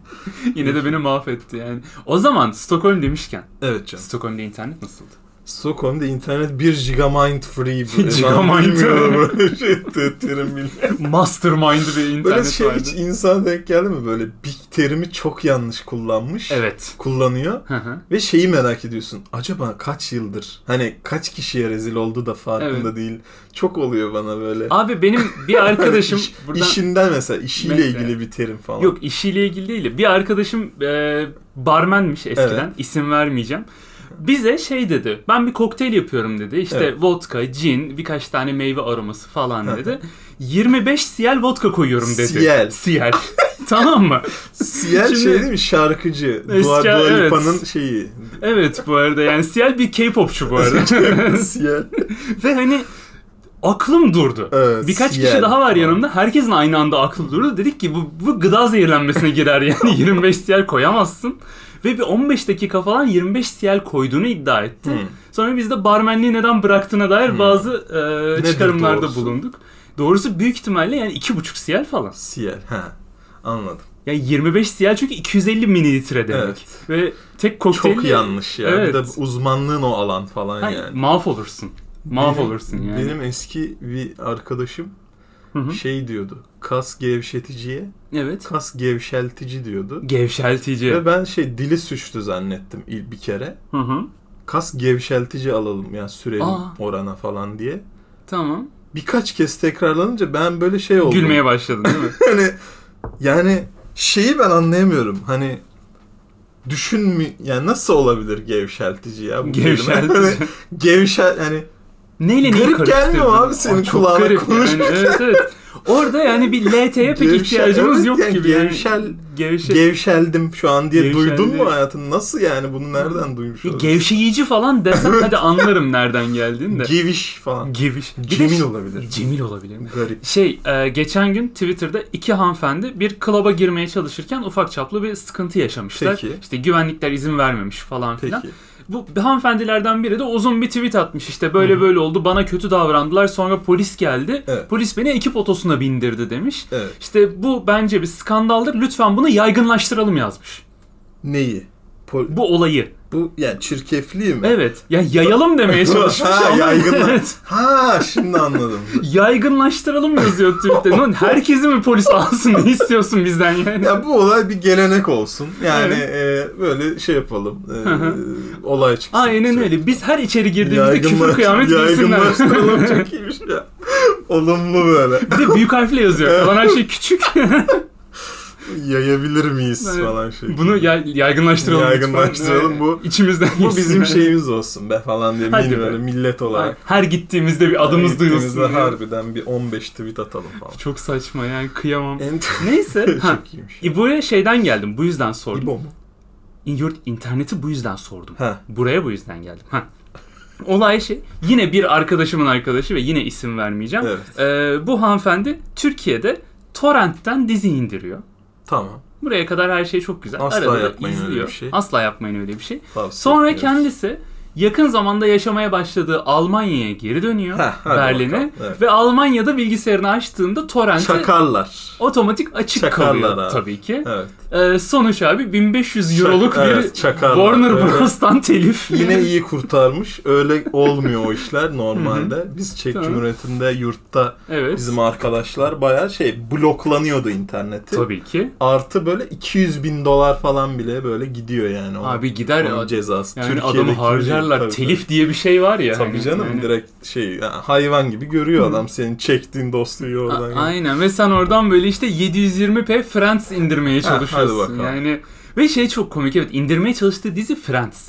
Speaker 2: Yine de beni mahvetti yani. O zaman Stockholm demişken.
Speaker 1: Evet canım.
Speaker 2: Stockholm'da internet nasıldı?
Speaker 1: Stockholm'da internet 1 gigamind free. Ben
Speaker 2: Gigamind.
Speaker 1: bilmiyorum öyle şey te- terim bilmiyorum.
Speaker 2: Mastermind bir internet
Speaker 1: Böyle şey
Speaker 2: vardı.
Speaker 1: hiç insan denk geldi mi? Böyle bir terimi çok yanlış kullanmış.
Speaker 2: Evet.
Speaker 1: Kullanıyor.
Speaker 2: Hı hı.
Speaker 1: Ve şeyi merak ediyorsun. Acaba kaç yıldır? Hani kaç kişiye rezil oldu da farkında
Speaker 2: Evet.
Speaker 1: değil. Çok oluyor bana böyle.
Speaker 2: Abi benim bir arkadaşım
Speaker 1: İş-
Speaker 2: buradan...
Speaker 1: İşinden mesela işiyle
Speaker 2: Mesela.
Speaker 1: ilgili bir terim falan.
Speaker 2: Yok işiyle ilgili değil. de Bir arkadaşım e, barmenmiş eskiden. isim vermeyeceğim. Bize şey dedi. Ben bir kokteyl yapıyorum dedi. İşte
Speaker 1: Evet.
Speaker 2: vodka, gin, birkaç tane meyve aroması falan dedi. 25 CL vodka koyuyorum dedi.
Speaker 1: CL.
Speaker 2: CL. tamam mı?
Speaker 1: Siyah
Speaker 2: Şimdi-
Speaker 1: şey değil mi? Şarkıcı.
Speaker 2: Eski-
Speaker 1: Dua, Dua
Speaker 2: evet.
Speaker 1: Lipa'nın şeyi.
Speaker 2: Evet bu arada yani CL bir K-popçu bu arada.
Speaker 1: Siyah.
Speaker 2: Ve hani aklım durdu.
Speaker 1: Evet,
Speaker 2: Birkaç kişi
Speaker 1: yani.
Speaker 2: daha var yanımda. Herkesin aynı anda aklı durdu. Dedik ki bu, bu gıda zehirlenmesine girer yani 25 CL koyamazsın. Ve bir 15 dakika falan 25 CL koyduğunu iddia etti.
Speaker 1: Hmm.
Speaker 2: Sonra biz de barmenliği neden bıraktığına dair bazı e,
Speaker 1: Nedir
Speaker 2: çıkarımlarda
Speaker 1: doğrusu?
Speaker 2: bulunduk. Doğrusu büyük ihtimalle yani 2,5 CL falan.
Speaker 1: Siyel. Ha. Anladım.
Speaker 2: Yani 25 CL çünkü 250 mililitre demek.
Speaker 1: Evet.
Speaker 2: Ve tek kokteyli...
Speaker 1: Çok yanlış ya. Bir
Speaker 2: Evet.
Speaker 1: de uzmanlığın o alan falan
Speaker 2: Ha,
Speaker 1: yani.
Speaker 2: Mahvolursun. Mahvolursun
Speaker 1: Benim-
Speaker 2: yani.
Speaker 1: Benim eski bir arkadaşım
Speaker 2: Hı hı.
Speaker 1: şey diyordu. Kas gevşeticiye
Speaker 2: Evet.
Speaker 1: kas gevşeltici diyordu.
Speaker 2: Gevşeltici.
Speaker 1: Ve ben şey dili suçlu zannettim ilk bir kere.
Speaker 2: Hı hı.
Speaker 1: Kas gevşeltici alalım ya sürelim
Speaker 2: Aa.
Speaker 1: orana falan diye.
Speaker 2: Tamam.
Speaker 1: Birkaç kez tekrarlanınca ben böyle şey oldum.
Speaker 2: Gülmeye başladın değil mi?
Speaker 1: Hani yani şeyi ben anlayamıyorum. Hani düşün mü yani nasıl olabilir gevşeltici ya bu kelime? Hani
Speaker 2: Gevşeltici.
Speaker 1: gevşel hani yani
Speaker 2: Neyle neyi
Speaker 1: Garip
Speaker 2: karıştırdın?
Speaker 1: gelmiyor abi senin
Speaker 2: Aa, çok
Speaker 1: kulağına
Speaker 2: garip
Speaker 1: konuş-
Speaker 2: Yani. Evet evet. Orada yani bir LT'ye pek
Speaker 1: Gevşel-
Speaker 2: ihtiyacımız
Speaker 1: evet,
Speaker 2: yok
Speaker 1: yani
Speaker 2: gibi. Yani
Speaker 1: gevşel-
Speaker 2: Gevşe...
Speaker 1: gevşeldim şu an diye
Speaker 2: Gevşeldi.
Speaker 1: duydun mu hayatın? Nasıl yani bunu nereden duymuş
Speaker 2: Bir
Speaker 1: oldun?
Speaker 2: gevşeyici falan desem hadi anlarım nereden geldiğini de.
Speaker 1: Geviş falan.
Speaker 2: Geviş. Bir de
Speaker 1: Cemil
Speaker 2: ş-
Speaker 1: olabilir.
Speaker 2: Cemil olabilir mi?
Speaker 1: Garip.
Speaker 2: Şey, e, geçen gün Twitter'da iki hanımefendi bir klaba girmeye çalışırken ufak çaplı bir sıkıntı yaşamışlar.
Speaker 1: Peki.
Speaker 2: İşte güvenlikler izin vermemiş falan filan.
Speaker 1: Peki.
Speaker 2: Bu hanımefendilerden biri de uzun bir tweet atmış işte böyle böyle oldu bana kötü davrandılar sonra polis geldi.
Speaker 1: Evet.
Speaker 2: Polis beni ekip otosuna bindirdi demiş.
Speaker 1: Evet.
Speaker 2: İşte bu bence bir skandaldır lütfen bunu yaygınlaştıralım yazmış.
Speaker 1: Neyi? Pol-
Speaker 2: Bu olayı.
Speaker 1: bu yani çirkefliği mi?
Speaker 2: Evet. Ya yayalım demeye çalışmış
Speaker 1: Ha,
Speaker 2: ama
Speaker 1: yaygınla-
Speaker 2: evet.
Speaker 1: Ha şimdi anladım.
Speaker 2: Yaygınlaştıralım yazıyor tweette. Lan herkesi mi polis alsın ne istiyorsun bizden yani?
Speaker 1: ya bu olay bir gelenek olsun. Yani e, böyle şey yapalım. E,
Speaker 2: Hı hı.
Speaker 1: olay çıksın. Şey,
Speaker 2: Aynen
Speaker 1: Sürekli.
Speaker 2: öyle. Biz her içeri girdiğimizde küfür
Speaker 1: Yaygınlaş-
Speaker 2: kıyamet girsinler.
Speaker 1: Yaygınlaştıralım çok iyiymiş ya. Olumlu böyle.
Speaker 2: Bir de büyük harfle yazıyor. Falan her şey küçük.
Speaker 1: Yayabilir miyiz
Speaker 2: Evet.
Speaker 1: falan şey.
Speaker 2: Bunu ya- yaygınlaştıralım. lütfen.
Speaker 1: Yaygınlaştıralım,
Speaker 2: Ee,
Speaker 1: bu-
Speaker 2: içimizden
Speaker 1: bu
Speaker 2: geçsin.
Speaker 1: bizim şey
Speaker 2: Yani.
Speaker 1: şeyimiz olsun be falan diye
Speaker 2: Hadi
Speaker 1: mini
Speaker 2: be.
Speaker 1: böyle millet
Speaker 2: Ay,
Speaker 1: olarak.
Speaker 2: Her gittiğimizde bir adımız
Speaker 1: Gittiğimizde
Speaker 2: duyulsun. diye.
Speaker 1: Harbiden bir 15 tweet atalım falan.
Speaker 2: Çok saçma yani kıyamam.
Speaker 1: En-
Speaker 2: Neyse. ha.
Speaker 1: E, çok iyiymiş.
Speaker 2: E, buraya şeyden geldim. Bu yüzden sordum.
Speaker 1: İbo mu?
Speaker 2: Yurt interneti bu yüzden sordum.
Speaker 1: Ha.
Speaker 2: Buraya bu yüzden geldim. Ha. Olay şey yine bir arkadaşımın arkadaşı ve yine isim vermeyeceğim.
Speaker 1: Evet.
Speaker 2: Ee, bu hanımefendi Türkiye'de torrentten dizi indiriyor.
Speaker 1: Tamam.
Speaker 2: Buraya kadar her şey çok güzel.
Speaker 1: Asla
Speaker 2: Arada da
Speaker 1: yapmayın öyle
Speaker 2: izliyor.
Speaker 1: bir şey.
Speaker 2: Asla yapmayın öyle bir şey.
Speaker 1: Tavsiye
Speaker 2: Sonra
Speaker 1: ediyoruz.
Speaker 2: kendisi yakın zamanda yaşamaya başladığı Almanya'ya geri dönüyor
Speaker 1: Heh, hadi
Speaker 2: Berlin'e
Speaker 1: bakalım, evet.
Speaker 2: ve Almanya'da bilgisayarını açtığında torrenti
Speaker 1: Çakarlar.
Speaker 2: otomatik açık
Speaker 1: Çakarlar
Speaker 2: kalıyor
Speaker 1: abi.
Speaker 2: tabii ki.
Speaker 1: Evet.
Speaker 2: Ee, sonuç abi 1500 euroluk
Speaker 1: Çak-
Speaker 2: bir
Speaker 1: evet, çakarlar.
Speaker 2: Warner
Speaker 1: Evet.
Speaker 2: Bros'tan telif.
Speaker 1: Yine iyi kurtarmış. Öyle olmuyor o işler normalde. Biz Çek
Speaker 2: Tamam.
Speaker 1: Cumhuriyeti'nde yurtta
Speaker 2: evet.
Speaker 1: bizim arkadaşlar bayağı şey bloklanıyordu interneti.
Speaker 2: Tabii ki.
Speaker 1: Artı böyle 200 bin dolar falan bile böyle gidiyor yani. O,
Speaker 2: Abi gider
Speaker 1: onun
Speaker 2: ya.
Speaker 1: cezası.
Speaker 2: Yani
Speaker 1: Türkiye'deki
Speaker 2: adamı
Speaker 1: gibi.
Speaker 2: harcarlar.
Speaker 1: Tabii,
Speaker 2: telif diye bir şey var ya.
Speaker 1: Tabii, Tabii
Speaker 2: hani,
Speaker 1: canım
Speaker 2: yani.
Speaker 1: direkt şey yani hayvan gibi görüyor adam senin çektiğin dostluğu
Speaker 2: A-
Speaker 1: oradan. görüyor.
Speaker 2: Aynen ve sen oradan böyle işte 720p Friends indirmeye
Speaker 1: Ha, hadi
Speaker 2: çalışıyorsun.
Speaker 1: bakalım.
Speaker 2: yani ve şey çok komik evet indirmeye çalıştığı dizi Friends.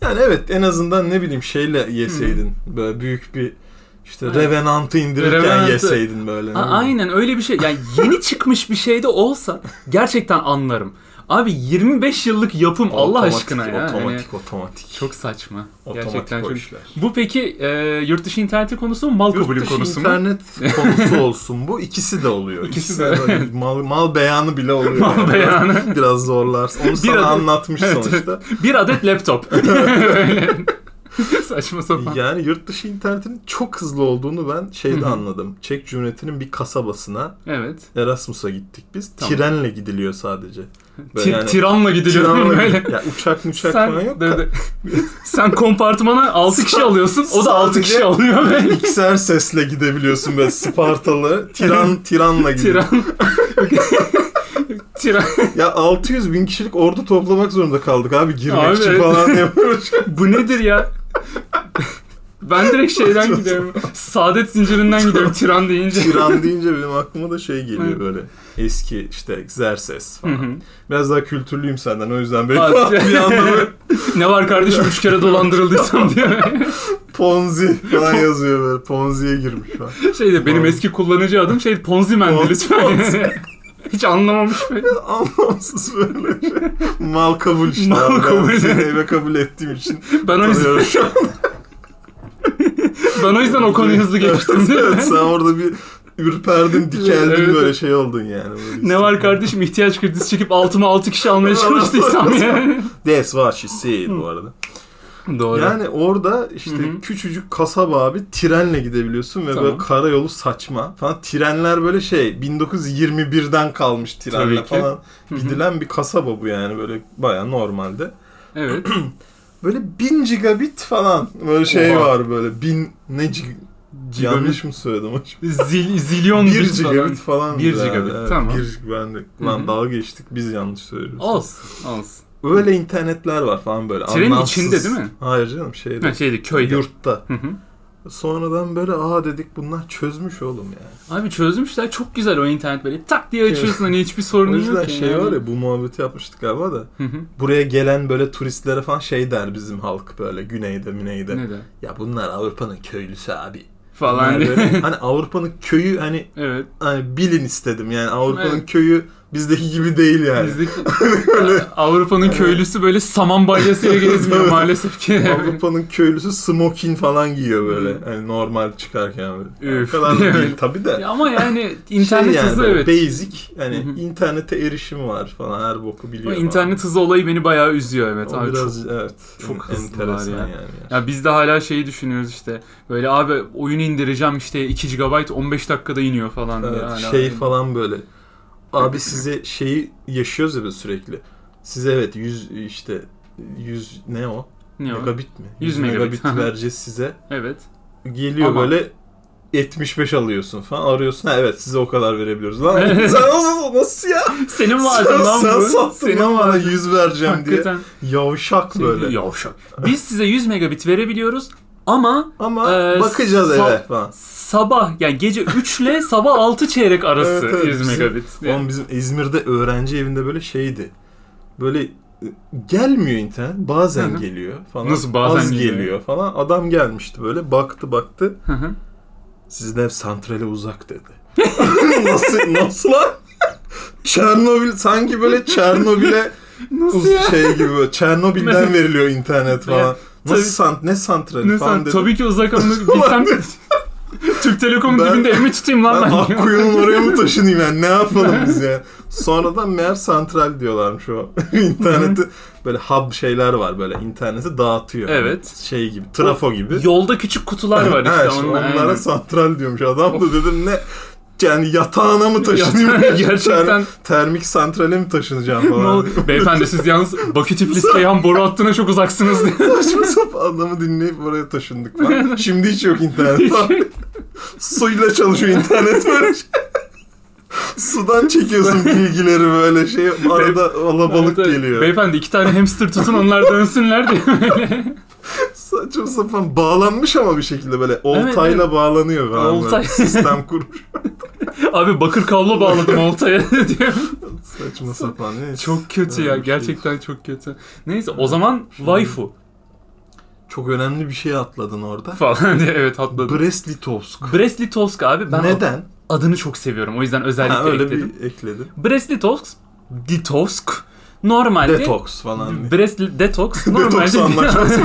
Speaker 1: Yani evet en azından ne bileyim şeyle yeseydin böyle büyük bir işte Revenant'ı indirirken
Speaker 2: Revenant'ı-
Speaker 1: yeseydin böyle. ne
Speaker 2: A-
Speaker 1: bileyim.
Speaker 2: aynen öyle bir şey. Yani yeni çıkmış bir şey de olsa gerçekten anlarım. Abi 25 yıllık yapım Allah
Speaker 1: Otomatik,
Speaker 2: aşkına ya. Hani
Speaker 1: Otomatik otomatik.
Speaker 2: çok saçma.
Speaker 1: Otomatik
Speaker 2: gerçekten
Speaker 1: o
Speaker 2: çok.
Speaker 1: işler.
Speaker 2: Bu peki e, yurt dışı interneti konusu mu mal
Speaker 1: Yurt
Speaker 2: kabulü
Speaker 1: dışı
Speaker 2: konusu mu?
Speaker 1: internet konusu olsun bu. İkisi de oluyor.
Speaker 2: İkisi
Speaker 1: mal, mal beyanı bile oluyor.
Speaker 2: Mal
Speaker 1: yani.
Speaker 2: beyanı.
Speaker 1: Biraz zorlarsın. Onu sana
Speaker 2: adet-
Speaker 1: anlatmış sonuçta.
Speaker 2: Bir adet laptop. Öyle. Saçma sapan.
Speaker 1: Yani yurt dışı internetin çok hızlı olduğunu ben şeyde
Speaker 2: Hı hı.
Speaker 1: anladım. Çek Cumhuriyeti'nin bir kasabasına
Speaker 2: Evet.
Speaker 1: Erasmus'a gittik biz.
Speaker 2: Tamam.
Speaker 1: Trenle gidiliyor sadece. Böyle
Speaker 2: Ti-
Speaker 1: yani-
Speaker 2: tiranla gidiliyor.
Speaker 1: Trenle
Speaker 2: böyle.
Speaker 1: gidip- ya uçak muçak falan yok.
Speaker 2: de- de- sen kompartmana 6 kişi
Speaker 1: Sa-
Speaker 2: alıyorsun. O da 6 kişi
Speaker 1: sadece-
Speaker 2: alıyor. böyle.
Speaker 1: Mikser sesle gidebiliyorsun böyle Spartalı. Tiran, tiranla gidiyor.
Speaker 2: Tiran. Tiran.
Speaker 1: Ya 600 bin kişilik ordu toplamak zorunda kaldık abi girmek
Speaker 2: Abi,
Speaker 1: için
Speaker 2: evet.
Speaker 1: falan yapıyoruz.
Speaker 2: Bu nedir ya? Ben direkt şeyden gidiyorum. Saadet zincirinden gidiyorum tiran deyince.
Speaker 1: Tiran deyince benim aklıma da şey geliyor
Speaker 2: Evet.
Speaker 1: böyle. Eski işte Xerxes
Speaker 2: Hı
Speaker 1: falan.
Speaker 2: hı.
Speaker 1: Biraz daha kültürlüyüm senden o yüzden böyle
Speaker 2: Abi.
Speaker 1: bir anda böyle
Speaker 2: ne var kardeşim üç kere dolandırıldıysam diye.
Speaker 1: Ponzi falan yazıyor böyle. Ponzi'ye girmiş falan.
Speaker 2: Şey de benim
Speaker 1: Vallahi.
Speaker 2: eski kullanıcı adım şey Ponzi Mendi
Speaker 1: Ponzi-
Speaker 2: lütfen. Hiç anlamamış mı?
Speaker 1: Anlamsız böyle şey. Mal kabul işte.
Speaker 2: Mal
Speaker 1: abi.
Speaker 2: kabul.
Speaker 1: Ben seni eve kabul ettiğim için
Speaker 2: Ben o yüzden
Speaker 1: tanıyorum şu an.
Speaker 2: Ben o yüzden o konuyu hızlı geçtim.
Speaker 1: evet, evet, sen orada bir ürperdin, dikeldin
Speaker 2: Evet.
Speaker 1: böyle şey oldun yani. Böyle
Speaker 2: ne var kardeşim ihtiyaç kredisi çekip altıma altı kişi almaya çalıştıysam yani.
Speaker 1: That's what she said bu arada.
Speaker 2: Doğru.
Speaker 1: Yani orada işte
Speaker 2: Hı hı.
Speaker 1: küçücük kasaba abi trenle gidebiliyorsun ve
Speaker 2: Tamam.
Speaker 1: böyle karayolu saçma falan. Trenler böyle şey 1921'den kalmış
Speaker 2: Tabii
Speaker 1: trenle
Speaker 2: ki.
Speaker 1: falan
Speaker 2: hı.
Speaker 1: gidilen bir kasaba bu yani böyle baya normalde.
Speaker 2: Evet.
Speaker 1: Böyle 1000 gigabit falan böyle şey
Speaker 2: Oha.
Speaker 1: var böyle 1000 ne cig- yanlış mı söyledim acaba?
Speaker 2: Zil, zilyon
Speaker 1: 1
Speaker 2: bit falan.
Speaker 1: gigabit falan.
Speaker 2: Bir gigabit, tamam.
Speaker 1: 1 ben de
Speaker 2: Hı
Speaker 1: lan
Speaker 2: hı.
Speaker 1: dalga geçtik biz yanlış söylüyoruz.
Speaker 2: Olsun. Olsun.
Speaker 1: Öyle internetler var falan böyle.
Speaker 2: Trenin
Speaker 1: anlamsız.
Speaker 2: içinde değil mi?
Speaker 1: Hayır canım şeyde.
Speaker 2: Ha, şeydi köyde.
Speaker 1: Yurtta.
Speaker 2: Hı hı.
Speaker 1: Sonradan böyle aa dedik bunlar çözmüş oğlum yani.
Speaker 2: Abi çözmüşler çok güzel o internet böyle tak diye açıyorsun hani hiçbir
Speaker 1: o
Speaker 2: sorunun yok.
Speaker 1: yüzden
Speaker 2: yani.
Speaker 1: şey var ya bu muhabbeti yapmıştık galiba da.
Speaker 2: Hı hı.
Speaker 1: Buraya gelen böyle turistlere falan şey der bizim halk böyle güneyde müneyde.
Speaker 2: Ne de
Speaker 1: Ya bunlar Avrupa'nın köylüsü abi.
Speaker 2: falan.
Speaker 1: Bunlar böyle, hani Avrupa'nın köyü hani,
Speaker 2: evet.
Speaker 1: hani bilin istedim yani Avrupa'nın
Speaker 2: Evet.
Speaker 1: köyü bizdeki gibi değil yani.
Speaker 2: Bizdeki Avrupa'nın köylüsü böyle saman balyasıyla gezmiyor
Speaker 1: Evet.
Speaker 2: maalesef ki.
Speaker 1: Avrupa'nın köylüsü smokin falan giyiyor böyle.
Speaker 2: Hı.
Speaker 1: Hani normal çıkarken böyle.
Speaker 2: Üf.
Speaker 1: o kadar da değil tabii de.
Speaker 2: Ya Ama yani internet
Speaker 1: Şey yani
Speaker 2: hızı
Speaker 1: böyle
Speaker 2: evet.
Speaker 1: Basic hani
Speaker 2: Hı hı.
Speaker 1: internete erişim var falan her boku biliyor.
Speaker 2: Ama
Speaker 1: falan.
Speaker 2: internet hızı olayı beni bayağı üzüyor evet.
Speaker 1: O
Speaker 2: Abi çok
Speaker 1: biraz evet.
Speaker 2: çok
Speaker 1: en-
Speaker 2: hızlılar
Speaker 1: enteresan
Speaker 2: ya.
Speaker 1: yani.
Speaker 2: Ya biz de hala şeyi düşünüyoruz işte. Böyle abi oyunu indireceğim işte 2 GB 15 dakikada iniyor falan. diye
Speaker 1: Evet,
Speaker 2: hala.
Speaker 1: şey falan böyle. Abi size şeyi yaşıyoruz ya biz sürekli. Size evet 100 işte 100 ne o?
Speaker 2: Ne o?
Speaker 1: Megabit mi?
Speaker 2: 100 megabit.
Speaker 1: vereceğiz size.
Speaker 2: Evet.
Speaker 1: Geliyor
Speaker 2: Ama-
Speaker 1: böyle 75 alıyorsun falan arıyorsun. Ha, evet size o kadar verebiliyoruz. Lan sen nasıl, nasıl ya?
Speaker 2: Senin
Speaker 1: Sen,
Speaker 2: vaadin lan
Speaker 1: sen
Speaker 2: bu.
Speaker 1: sattın
Speaker 2: Senin
Speaker 1: lan bana
Speaker 2: vaadin.
Speaker 1: 100 vereceğim diye.
Speaker 2: Hakikaten. Şey
Speaker 1: Yavşak böyle.
Speaker 2: Yavşak. Biz size 100 megabit verebiliyoruz ama
Speaker 1: Ama
Speaker 2: Ee,
Speaker 1: bakacağız
Speaker 2: sa-
Speaker 1: eve falan.
Speaker 2: sabah yani gece 3 ile sabah 6 çeyrek arası
Speaker 1: Evet, evet,
Speaker 2: 100
Speaker 1: bizim-
Speaker 2: megabit.
Speaker 1: Oğlum bizim İzmir'de öğrenci evinde böyle şeydi. Böyle e, gelmiyor internet. Bazen
Speaker 2: Hı hı.
Speaker 1: geliyor falan.
Speaker 2: Nasıl bazen
Speaker 1: Az
Speaker 2: geliyor?
Speaker 1: geliyor? falan. Adam gelmişti böyle baktı baktı.
Speaker 2: Hı hı.
Speaker 1: Sizin ev santrale uzak dedi. nasıl, nasıl lan? Çernobil sanki böyle Çernobil'e uz-
Speaker 2: Nasıl ya?
Speaker 1: şey gibi böyle Çernobil'den veriliyor internet falan.
Speaker 2: tabii.
Speaker 1: Nasıl sant ne santrali
Speaker 2: Ne
Speaker 1: falan
Speaker 2: sen,
Speaker 1: dedi.
Speaker 2: tabii ki uzak anlık bilsem Türk Telekom'un
Speaker 1: Ben-
Speaker 2: dibinde evimi tutayım lan
Speaker 1: Ben
Speaker 2: ben. diyor.
Speaker 1: Akkuyu'nun oraya mı taşınayım yani ne yapalım biz ya. Sonradan meğer santral diyorlarmış o. İnterneti böyle hub şeyler var böyle interneti dağıtıyor.
Speaker 2: Evet.
Speaker 1: Şey gibi trafo gibi.
Speaker 2: Yolda küçük kutular var
Speaker 1: Ha,
Speaker 2: işte
Speaker 1: işte
Speaker 2: onlar.
Speaker 1: onlara
Speaker 2: aynen.
Speaker 1: santral diyormuş adam da dedim ne yani yatağına mı taşınayım?
Speaker 2: Yatağı- gerçekten-
Speaker 1: termik santrale mi taşınacağım
Speaker 2: Ne
Speaker 1: falan.
Speaker 2: oldu? Beyefendi siz yalnız Bakü Tiflis Ceyhan boru hattına çok uzaksınız diye.
Speaker 1: Saçma sapan adamı dinleyip oraya taşındık falan. Şimdi hiç yok internet falan. Suyla çalışıyor internet böyle şey. Sudan çekiyorsun bilgileri böyle şey. Arada alabalık
Speaker 2: Evet, evet.
Speaker 1: geliyor.
Speaker 2: Beyefendi iki tane hamster tutun onlar dönsünler diye.
Speaker 1: Saçma sapan bağlanmış ama bir şekilde böyle oltayla
Speaker 2: evet.
Speaker 1: bağlanıyor falan böyle.
Speaker 2: Oltay.
Speaker 1: Sistem kurmuş.
Speaker 2: Abi bakır kablo bağladım oltaya diyor.
Speaker 1: Saçma sapan. Neyse.
Speaker 2: Çok kötü
Speaker 1: Öyle
Speaker 2: ya
Speaker 1: bir şey.
Speaker 2: gerçekten çok kötü. Neyse o zaman waifu
Speaker 1: Çok önemli bir şey atladın orada.
Speaker 2: falan diye evet atladım.
Speaker 1: Brest-Litovsk.
Speaker 2: Brest-Litovsk abi ben
Speaker 1: Neden?
Speaker 2: adını çok seviyorum o yüzden özellikle
Speaker 1: Ha, öyle
Speaker 2: ekledim.
Speaker 1: bir ekledim.
Speaker 2: Brest-Litovsk, Litovsk normalde
Speaker 1: Detox falan.
Speaker 2: Brest Detox
Speaker 1: Detoks
Speaker 2: normalde
Speaker 1: anlaşması.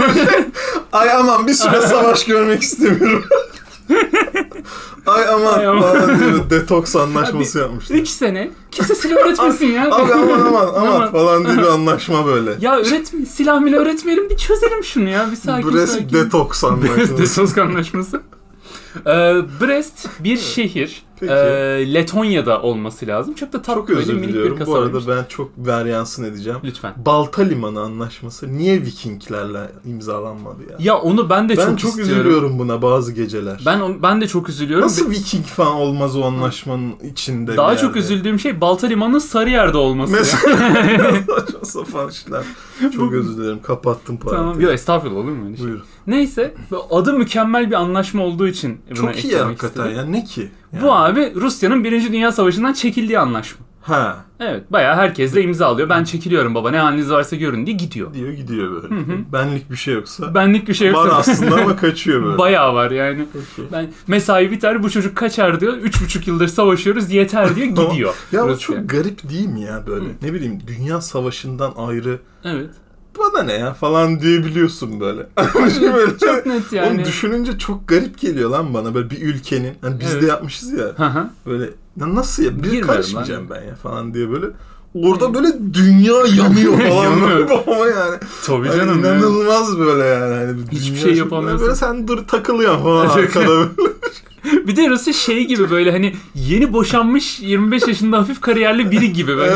Speaker 1: Ay aman bir süre savaş görmek istemiyorum. Ay aman,
Speaker 2: Ay aman.
Speaker 1: falan diyor. Detoks anlaşması yapmışlar.
Speaker 2: 3 sene kimse silah üretmesin ya.
Speaker 1: Abi aman aman aman
Speaker 2: Aman.
Speaker 1: falan diye bir anlaşma böyle.
Speaker 2: Ya üretme, silah mile üretmeyelim bir çözelim şunu ya bir sakin
Speaker 1: Brest
Speaker 2: sakin.
Speaker 1: detoks
Speaker 2: Brest
Speaker 1: anlaşması.
Speaker 2: Detox Anlaşması. Ee, Brest bir şehir.
Speaker 1: Peki.
Speaker 2: Ee, Letonya'da olması lazım. Çok da tatlı
Speaker 1: Çok
Speaker 2: böyle
Speaker 1: özür
Speaker 2: minik bir
Speaker 1: diliyorum. Bu
Speaker 2: kasabaymış.
Speaker 1: arada ben çok varyansın edeceğim.
Speaker 2: Lütfen.
Speaker 1: Balta Limanı anlaşması niye Vikinglerle imzalanmadı ya?
Speaker 2: Ya onu ben de
Speaker 1: ben
Speaker 2: çok,
Speaker 1: çok,
Speaker 2: istiyorum.
Speaker 1: üzülüyorum buna bazı geceler.
Speaker 2: Ben o- ben de çok üzülüyorum.
Speaker 1: Nasıl Viking falan olmaz o anlaşmanın içinde?
Speaker 2: Daha
Speaker 1: bir
Speaker 2: çok
Speaker 1: yerde?
Speaker 2: üzüldüğüm şey Balta Limanı'nın Sarıyer'de olması. ya.
Speaker 1: Mesela saçma sapan şeyler. Çok özür dilerim. Kapattım parantezi.
Speaker 2: Tamam. Yok estağfurullah olur mu öyle şey?
Speaker 1: Buyurun.
Speaker 2: Neyse bu adı mükemmel bir anlaşma olduğu için buna
Speaker 1: Çok iyi
Speaker 2: eklemek
Speaker 1: hakikaten
Speaker 2: istedim.
Speaker 1: ya. Ne ki? Yani.
Speaker 2: Bu abi Rusya'nın Birinci Dünya Savaşı'ndan çekildiği anlaşma.
Speaker 1: Ha.
Speaker 2: Evet bayağı herkes de imzalıyor. Ben çekiliyorum baba ne haliniz varsa görün diye gidiyor.
Speaker 1: Diyor gidiyor böyle.
Speaker 2: Hı hı.
Speaker 1: Benlik bir şey yoksa.
Speaker 2: Benlik bir şey yok.
Speaker 1: Var aslında ama kaçıyor böyle.
Speaker 2: bayağı var yani.
Speaker 1: Okey.
Speaker 2: Ben mesai biter bu çocuk kaçar diyor. Üç buçuk yıldır savaşıyoruz yeter diyor
Speaker 1: Tamam.
Speaker 2: gidiyor.
Speaker 1: Ya bu
Speaker 2: Rusya.
Speaker 1: çok garip değil mi ya böyle? Ne bileyim Dünya Savaşı'ndan ayrı
Speaker 2: Evet.
Speaker 1: bana ne ya falan diyebiliyorsun böyle. Şey böyle
Speaker 2: Çok net yani.
Speaker 1: Oğlum düşününce çok garip geliyor lan bana böyle bir ülkenin. Hani biz
Speaker 2: Evet.
Speaker 1: de yapmışız ya.
Speaker 2: Hı hı.
Speaker 1: Böyle "Ya nasıl ya bir
Speaker 2: Girmiyorum
Speaker 1: karışmayacağım ben ya falan diye böyle. Orada böyle dünya yanıyor falan
Speaker 2: Yanıyor.
Speaker 1: böyle ama yani.
Speaker 2: Tabii
Speaker 1: Hani
Speaker 2: canım. ya.
Speaker 1: inanılmaz böyle yani. Hani bir
Speaker 2: Hiçbir
Speaker 1: dünya
Speaker 2: şey
Speaker 1: çok-
Speaker 2: yapamıyorsun.
Speaker 1: Böyle sen dur takılıyorsun falan
Speaker 2: Evet.
Speaker 1: arkada. böyle.
Speaker 2: Bir de Rusya şey gibi böyle hani yeni boşanmış 25 yaşında hafif kariyerli biri gibi böyle.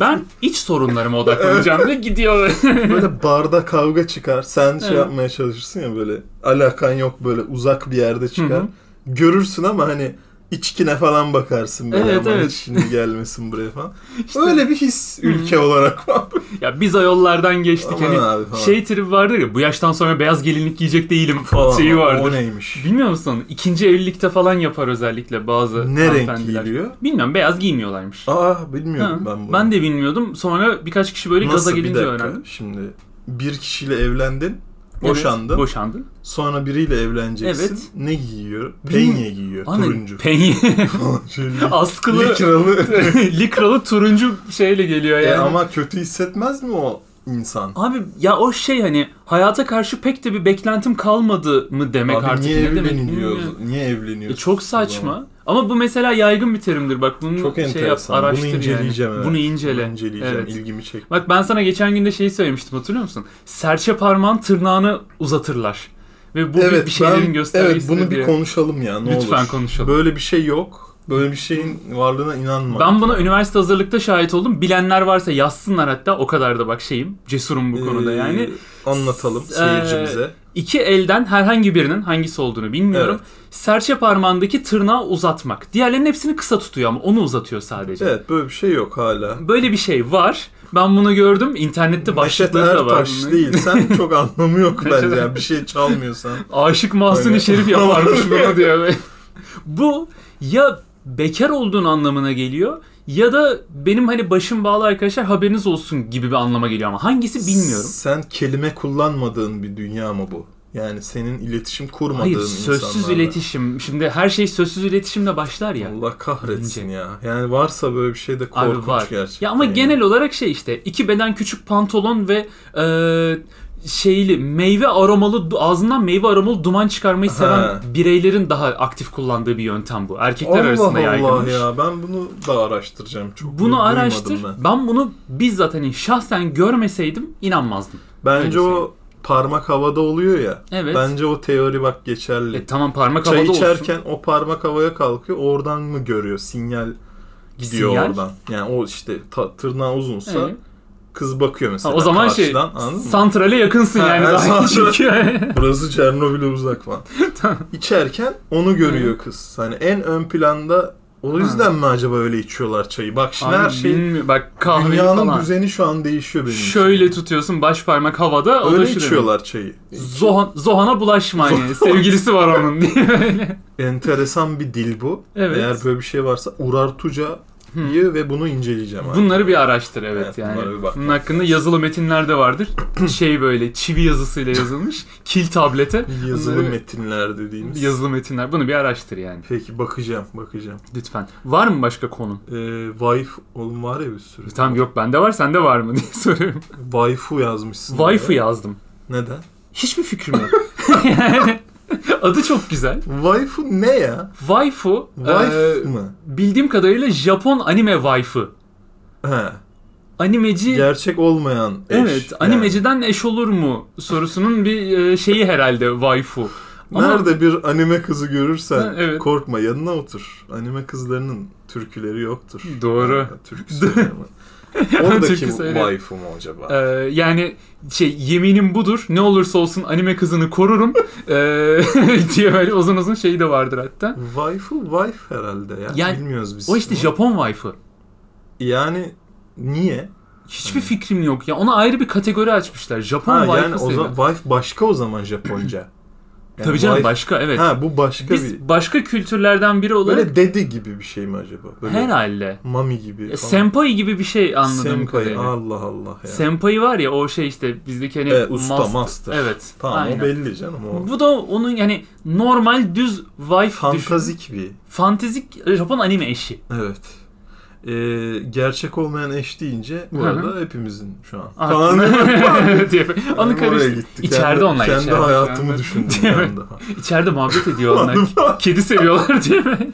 Speaker 2: Ben iç sorunlarıma odaklanacağım ve gidiyor.
Speaker 1: böyle barda kavga çıkar. Sen şey
Speaker 2: Evet.
Speaker 1: yapmaya çalışırsın ya böyle alakan yok böyle uzak bir yerde çıkar.
Speaker 2: Hı hı.
Speaker 1: Görürsün ama hani içkine falan bakarsın böyle
Speaker 2: Evet,
Speaker 1: aman
Speaker 2: evet.
Speaker 1: içkinin gelmesin buraya falan. Öyle bir his ülke olarak.
Speaker 2: ya biz ayollardan geçtik
Speaker 1: Aman
Speaker 2: hani
Speaker 1: abi falan.
Speaker 2: şey tribi vardır ya bu yaştan sonra beyaz gelinlik giyecek değilim
Speaker 1: falan.
Speaker 2: şeyi
Speaker 1: O
Speaker 2: vardır.
Speaker 1: neymiş?
Speaker 2: Bilmiyor musun? İkinci evlilikte falan yapar özellikle bazı
Speaker 1: Ne renk
Speaker 2: hanımefendiler.
Speaker 1: geliyor?
Speaker 2: Bilmiyorum beyaz giymiyorlarmış.
Speaker 1: Aa bilmiyorum
Speaker 2: Ha,
Speaker 1: ben bunu.
Speaker 2: ben de bilmiyordum. Sonra birkaç kişi böyle
Speaker 1: Nasıl
Speaker 2: gaza
Speaker 1: bir
Speaker 2: gelince
Speaker 1: dakika
Speaker 2: öğrendim.
Speaker 1: şimdi bir kişiyle evlendin,
Speaker 2: Evet,
Speaker 1: boşandın.
Speaker 2: boşandın.
Speaker 1: Sonra biriyle evleneceksin.
Speaker 2: Evet.
Speaker 1: Ne giyiyor?
Speaker 2: Bilmiyorum.
Speaker 1: Penye giyiyor.
Speaker 2: Anne,
Speaker 1: E, turuncu.
Speaker 2: Penye.
Speaker 1: Şöyle
Speaker 2: Askılı.
Speaker 1: likralı.
Speaker 2: Likralı turuncu şeyle geliyor yani.
Speaker 1: E ama kötü hissetmez mi o insan?
Speaker 2: Abi ya o şey hani hayata karşı pek de bir beklentim kalmadı mı demek
Speaker 1: Abi
Speaker 2: artık
Speaker 1: niye
Speaker 2: ne demek?
Speaker 1: evleniyoruz?
Speaker 2: bilmiyorum.
Speaker 1: Niye
Speaker 2: E,
Speaker 1: evleniyoruz?
Speaker 2: çok saçma. Ama bu mesela yaygın bir terimdir bak bunu
Speaker 1: Çok
Speaker 2: şey yap
Speaker 1: enteresan.
Speaker 2: araştır
Speaker 1: Bunu
Speaker 2: yani.
Speaker 1: inceleyeceğim. evet.
Speaker 2: Bunu incele.
Speaker 1: Bunu inceleyeceğim.
Speaker 2: Evet.
Speaker 1: İlgimi çek.
Speaker 2: Bak ben sana geçen gün de şeyi söylemiştim hatırlıyor musun? Serçe parmağın tırnağını uzatırlar. Ve bu bir- bir şeylerin
Speaker 1: ben-
Speaker 2: göstergesi
Speaker 1: Evet bunu
Speaker 2: diye.
Speaker 1: bir konuşalım ya ne olur.
Speaker 2: Lütfen konuşalım.
Speaker 1: Böyle bir şey yok. Böyle bir şeyin varlığına inanma.
Speaker 2: Ben buna üniversite hazırlıkta şahit oldum. Bilenler varsa yazsınlar hatta. O kadar da bak şeyim. Cesurum bu konuda
Speaker 1: Ee,
Speaker 2: yani.
Speaker 1: Anlatalım
Speaker 2: S- e,
Speaker 1: seyircimize.
Speaker 2: İki elden herhangi birinin hangisi olduğunu bilmiyorum. Serçe parmağındaki tırnağı uzatmak. Diğerlerinin hepsini kısa tutuyor ama onu uzatıyor sadece.
Speaker 1: Evet böyle bir şey yok hala.
Speaker 2: Böyle bir şey var. Ben bunu gördüm. İnternette
Speaker 1: Neşet
Speaker 2: başlıkları da var.
Speaker 1: Ertaş değil. Sen çok anlamı yok bence.
Speaker 2: Neşet-
Speaker 1: Yani. Bir şey çalmıyorsan.
Speaker 2: Aşık Mahsuni
Speaker 1: Öyle.
Speaker 2: Şerif yaparmış bunu diye. Bu ya bekar olduğun anlamına geliyor ya da benim hani başım bağlı arkadaşlar haberiniz olsun gibi bir anlama geliyor ama hangisi bilmiyorum.
Speaker 1: Sen kelime kullanmadığın bir dünya mı bu? Yani senin iletişim kurmadığın
Speaker 2: Hayır sözsüz
Speaker 1: insanlarla.
Speaker 2: iletişim. Şimdi her şey sözsüz iletişimle başlar ya.
Speaker 1: Allah kahretsin
Speaker 2: İnce.
Speaker 1: ya. Yani varsa böyle bir şey de
Speaker 2: Abi
Speaker 1: korkunç
Speaker 2: var.
Speaker 1: gerçekten.
Speaker 2: Ya ama
Speaker 1: yani.
Speaker 2: genel olarak şey işte iki beden küçük pantolon ve e, şeyli meyve aromalı du- ağzından meyve aromalı duman çıkarmayı seven
Speaker 1: Ha.
Speaker 2: bireylerin daha aktif kullandığı bir yöntem bu. Erkekler
Speaker 1: Allah
Speaker 2: arasında
Speaker 1: Allah
Speaker 2: yaygınmış.
Speaker 1: ya ben bunu da araştıracağım çok.
Speaker 2: Bunu
Speaker 1: duymadım
Speaker 2: araştır.
Speaker 1: Ben.
Speaker 2: Ben. bunu bizzat hani şahsen görmeseydim inanmazdım.
Speaker 1: Bence
Speaker 2: Öyle
Speaker 1: o parmak havada oluyor ya.
Speaker 2: Evet.
Speaker 1: Bence o teori bak geçerli.
Speaker 2: E, tamam parmak
Speaker 1: Çay
Speaker 2: havada
Speaker 1: içerken
Speaker 2: olsun.
Speaker 1: o parmak havaya kalkıyor. Oradan mı görüyor? Sinyal gidiyor
Speaker 2: Sinyal?
Speaker 1: oradan. Yani o işte ta- tırnağı uzunsa
Speaker 2: E,
Speaker 1: kız bakıyor mesela.
Speaker 2: ha, o zaman şey
Speaker 1: karşıdan, anladın mı?
Speaker 2: santrale yakınsın
Speaker 1: Ha,
Speaker 2: yani.
Speaker 1: ha,
Speaker 2: daha
Speaker 1: santrale-
Speaker 2: çünkü.
Speaker 1: Burası Çernobil'e uzak falan. İçerken onu görüyor kız. Hani en ön planda o yüzden mi acaba öyle içiyorlar çayı? Bak şimdi her
Speaker 2: Abi,
Speaker 1: şey
Speaker 2: bilmiyorum. bak kahve
Speaker 1: dünyanın
Speaker 2: falan.
Speaker 1: düzeni şu an değişiyor benim. için.
Speaker 2: Şöyle tutuyorsun baş parmak havada. o da
Speaker 1: öyle
Speaker 2: şu demek.
Speaker 1: içiyorlar çayı.
Speaker 2: Zohan, Zohan'a bulaşma yani. Sevgilisi var onun diye böyle.
Speaker 1: Enteresan bir dil bu.
Speaker 2: Evet.
Speaker 1: Eğer böyle bir şey varsa urartuca iyi ve bunu inceleyeceğim abi.
Speaker 2: Bunları bir araştır evet,
Speaker 1: Evet,
Speaker 2: yani.
Speaker 1: bunlara bir bak.
Speaker 2: Bunun hakkında yazılı metinler de vardır. şey böyle çivi yazısıyla yazılmış. Kil tablete.
Speaker 1: Yazılı
Speaker 2: Bunları-
Speaker 1: metinler dediğimiz.
Speaker 2: Yazılı metinler. Bunu bir araştır yani.
Speaker 1: Peki bakacağım bakacağım.
Speaker 2: Lütfen. Var mı başka konu?
Speaker 1: Ee, wife oğlum var ya bir sürü.
Speaker 2: E, Tamam yok bende var sende var mı diye soruyorum.
Speaker 1: Waifu yazmışsın.
Speaker 2: Waifu
Speaker 1: ya.
Speaker 2: yazdım.
Speaker 1: Neden?
Speaker 2: Hiçbir fikrim yok. yani adı çok güzel.
Speaker 1: Waifu ne ya?
Speaker 2: Waifu,
Speaker 1: Wife
Speaker 2: e,
Speaker 1: mı?
Speaker 2: bildiğim kadarıyla Japon anime waifu.
Speaker 1: He.
Speaker 2: Animeci
Speaker 1: Gerçek olmayan eş.
Speaker 2: Evet,
Speaker 1: yani.
Speaker 2: animeciden eş olur mu sorusunun bir e, şeyi herhalde waifu. Ama-
Speaker 1: Nerede bir anime kızı görürsen
Speaker 2: Ha, evet.
Speaker 1: korkma yanına otur. Anime kızlarının türküleri yoktur.
Speaker 2: Doğru.
Speaker 1: Ha, türkü söyleme. Oradaki
Speaker 2: Türkü söyle.
Speaker 1: waifu mu acaba?
Speaker 2: E, yani şey yeminim budur. Ne olursa olsun anime kızını korurum. e, diye böyle uzun uzun şeyi de vardır hatta.
Speaker 1: Waifu wife herhalde ya.
Speaker 2: Yani
Speaker 1: Bilmiyoruz biz.
Speaker 2: O işte
Speaker 1: bunu.
Speaker 2: Japon waifu.
Speaker 1: Yani niye?
Speaker 2: Hiçbir fikrim yok. Ya ona ayrı bir kategori açmışlar. Japon
Speaker 1: Ha
Speaker 2: waifu
Speaker 1: yani o
Speaker 2: sayılır.
Speaker 1: zaman wife başka o zaman Japonca. Yani
Speaker 2: Tabii canım
Speaker 1: wife-
Speaker 2: başka evet.
Speaker 1: Ha bu başka
Speaker 2: Biz
Speaker 1: bir.
Speaker 2: başka kültürlerden biri olarak
Speaker 1: Böyle dedi gibi bir şey mi acaba? Böyle
Speaker 2: herhalde.
Speaker 1: mami gibi.
Speaker 2: E,
Speaker 1: falan.
Speaker 2: senpai gibi bir şey anladığım
Speaker 1: Senpai,
Speaker 2: kadarıyla.
Speaker 1: Allah Allah ya.
Speaker 2: Senpai var ya o şey işte bizdeki hani
Speaker 1: E, usta, master.
Speaker 2: Evet.
Speaker 1: tamam
Speaker 2: aynen.
Speaker 1: o belli canım o.
Speaker 2: Bu da onun yani normal düz wife düşün.
Speaker 1: Fantazik bir.
Speaker 2: Fantezik Japon anime eşi.
Speaker 1: Evet. e, gerçek olmayan eş deyince bu
Speaker 2: Hı hı.
Speaker 1: arada hepimizin şu an.
Speaker 2: Ah.
Speaker 1: Falan
Speaker 2: diye. Anı
Speaker 1: Oraya
Speaker 2: karıştı.
Speaker 1: gittik.
Speaker 2: İçeride
Speaker 1: Kendi-
Speaker 2: onlar
Speaker 1: Kendi
Speaker 2: içeride.
Speaker 1: hayatımı düşündüm bir anda.
Speaker 2: İçeride muhabbet ediyor onlar. Kedi seviyorlar değil mi?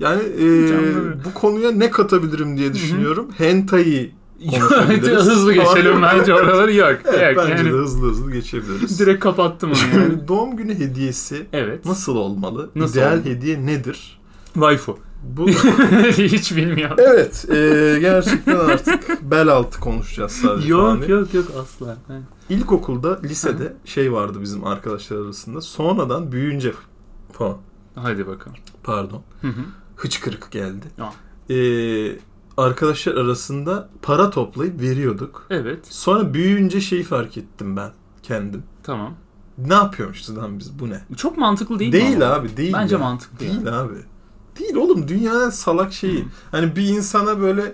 Speaker 1: Yani e,
Speaker 2: Canlı.
Speaker 1: bu konuya ne katabilirim diye düşünüyorum. Hentai konuşabiliriz.
Speaker 2: Hızlı geçelim bence oraları yok.
Speaker 1: Evet,
Speaker 2: yok
Speaker 1: bence
Speaker 2: yani
Speaker 1: de hızlı hızlı geçebiliriz.
Speaker 2: direkt kapattım onu yani.
Speaker 1: Yani doğum günü hediyesi
Speaker 2: Evet.
Speaker 1: nasıl olmalı?
Speaker 2: Nasıl
Speaker 1: İdeal
Speaker 2: olmalı?
Speaker 1: hediye nedir?
Speaker 2: Waifu.
Speaker 1: Bu
Speaker 2: Hiç bilmiyorum.
Speaker 1: Evet, e, gerçekten artık bel altı konuşacağız sadece.
Speaker 2: Yok
Speaker 1: Yani
Speaker 2: yok yok asla. Ha.
Speaker 1: İlkokulda, lisede şey vardı bizim arkadaşlar arasında. Sonradan büyüyünce falan.
Speaker 2: Hadi bakalım.
Speaker 1: Pardon.
Speaker 2: Hı hı.
Speaker 1: Hıçkırık geldi.
Speaker 2: Ah.
Speaker 1: Ee, arkadaşlar arasında para toplayıp veriyorduk.
Speaker 2: Evet
Speaker 1: Sonra büyüyünce şeyi fark ettim ben kendim.
Speaker 2: tamam.
Speaker 1: Ne yapıyormuşuz lan biz bu ne?
Speaker 2: Çok mantıklı değil,
Speaker 1: Değil,
Speaker 2: mi? ama?
Speaker 1: abi değil.
Speaker 2: Bence
Speaker 1: ya.
Speaker 2: mantıklı.
Speaker 1: Değil
Speaker 2: yani.
Speaker 1: abi. Değil oğlum dünyanın salak şeyi. Hani bir insana böyle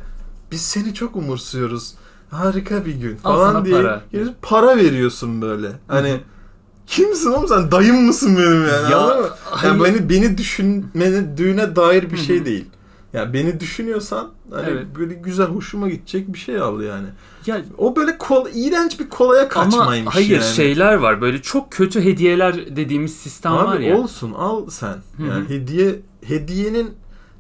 Speaker 1: biz seni çok umursuyoruz. Harika bir gün
Speaker 2: Al
Speaker 1: falan
Speaker 2: sana
Speaker 1: diye
Speaker 2: para.
Speaker 1: gelip para veriyorsun böyle.
Speaker 2: Hı hı.
Speaker 1: Hani kimsin oğlum sen dayım mısın benim yani?
Speaker 2: Ya,
Speaker 1: anladın mı? Yani
Speaker 2: hayır.
Speaker 1: beni beni düşünmene düğüne dair bir
Speaker 2: Hı
Speaker 1: şey
Speaker 2: hı.
Speaker 1: değil. Ya beni düşünüyorsan hani
Speaker 2: Evet.
Speaker 1: böyle güzel hoşuma gidecek bir şey al yani.
Speaker 2: Ya
Speaker 1: O böyle kol iğrenç bir kolaya kaçmaymış
Speaker 2: Ama hayır şey
Speaker 1: yani.
Speaker 2: şeyler var böyle çok kötü hediyeler dediğimiz sistem var
Speaker 1: Abi
Speaker 2: ya.
Speaker 1: olsun al sen.
Speaker 2: Hı
Speaker 1: Yani
Speaker 2: hı.
Speaker 1: hediye hediyenin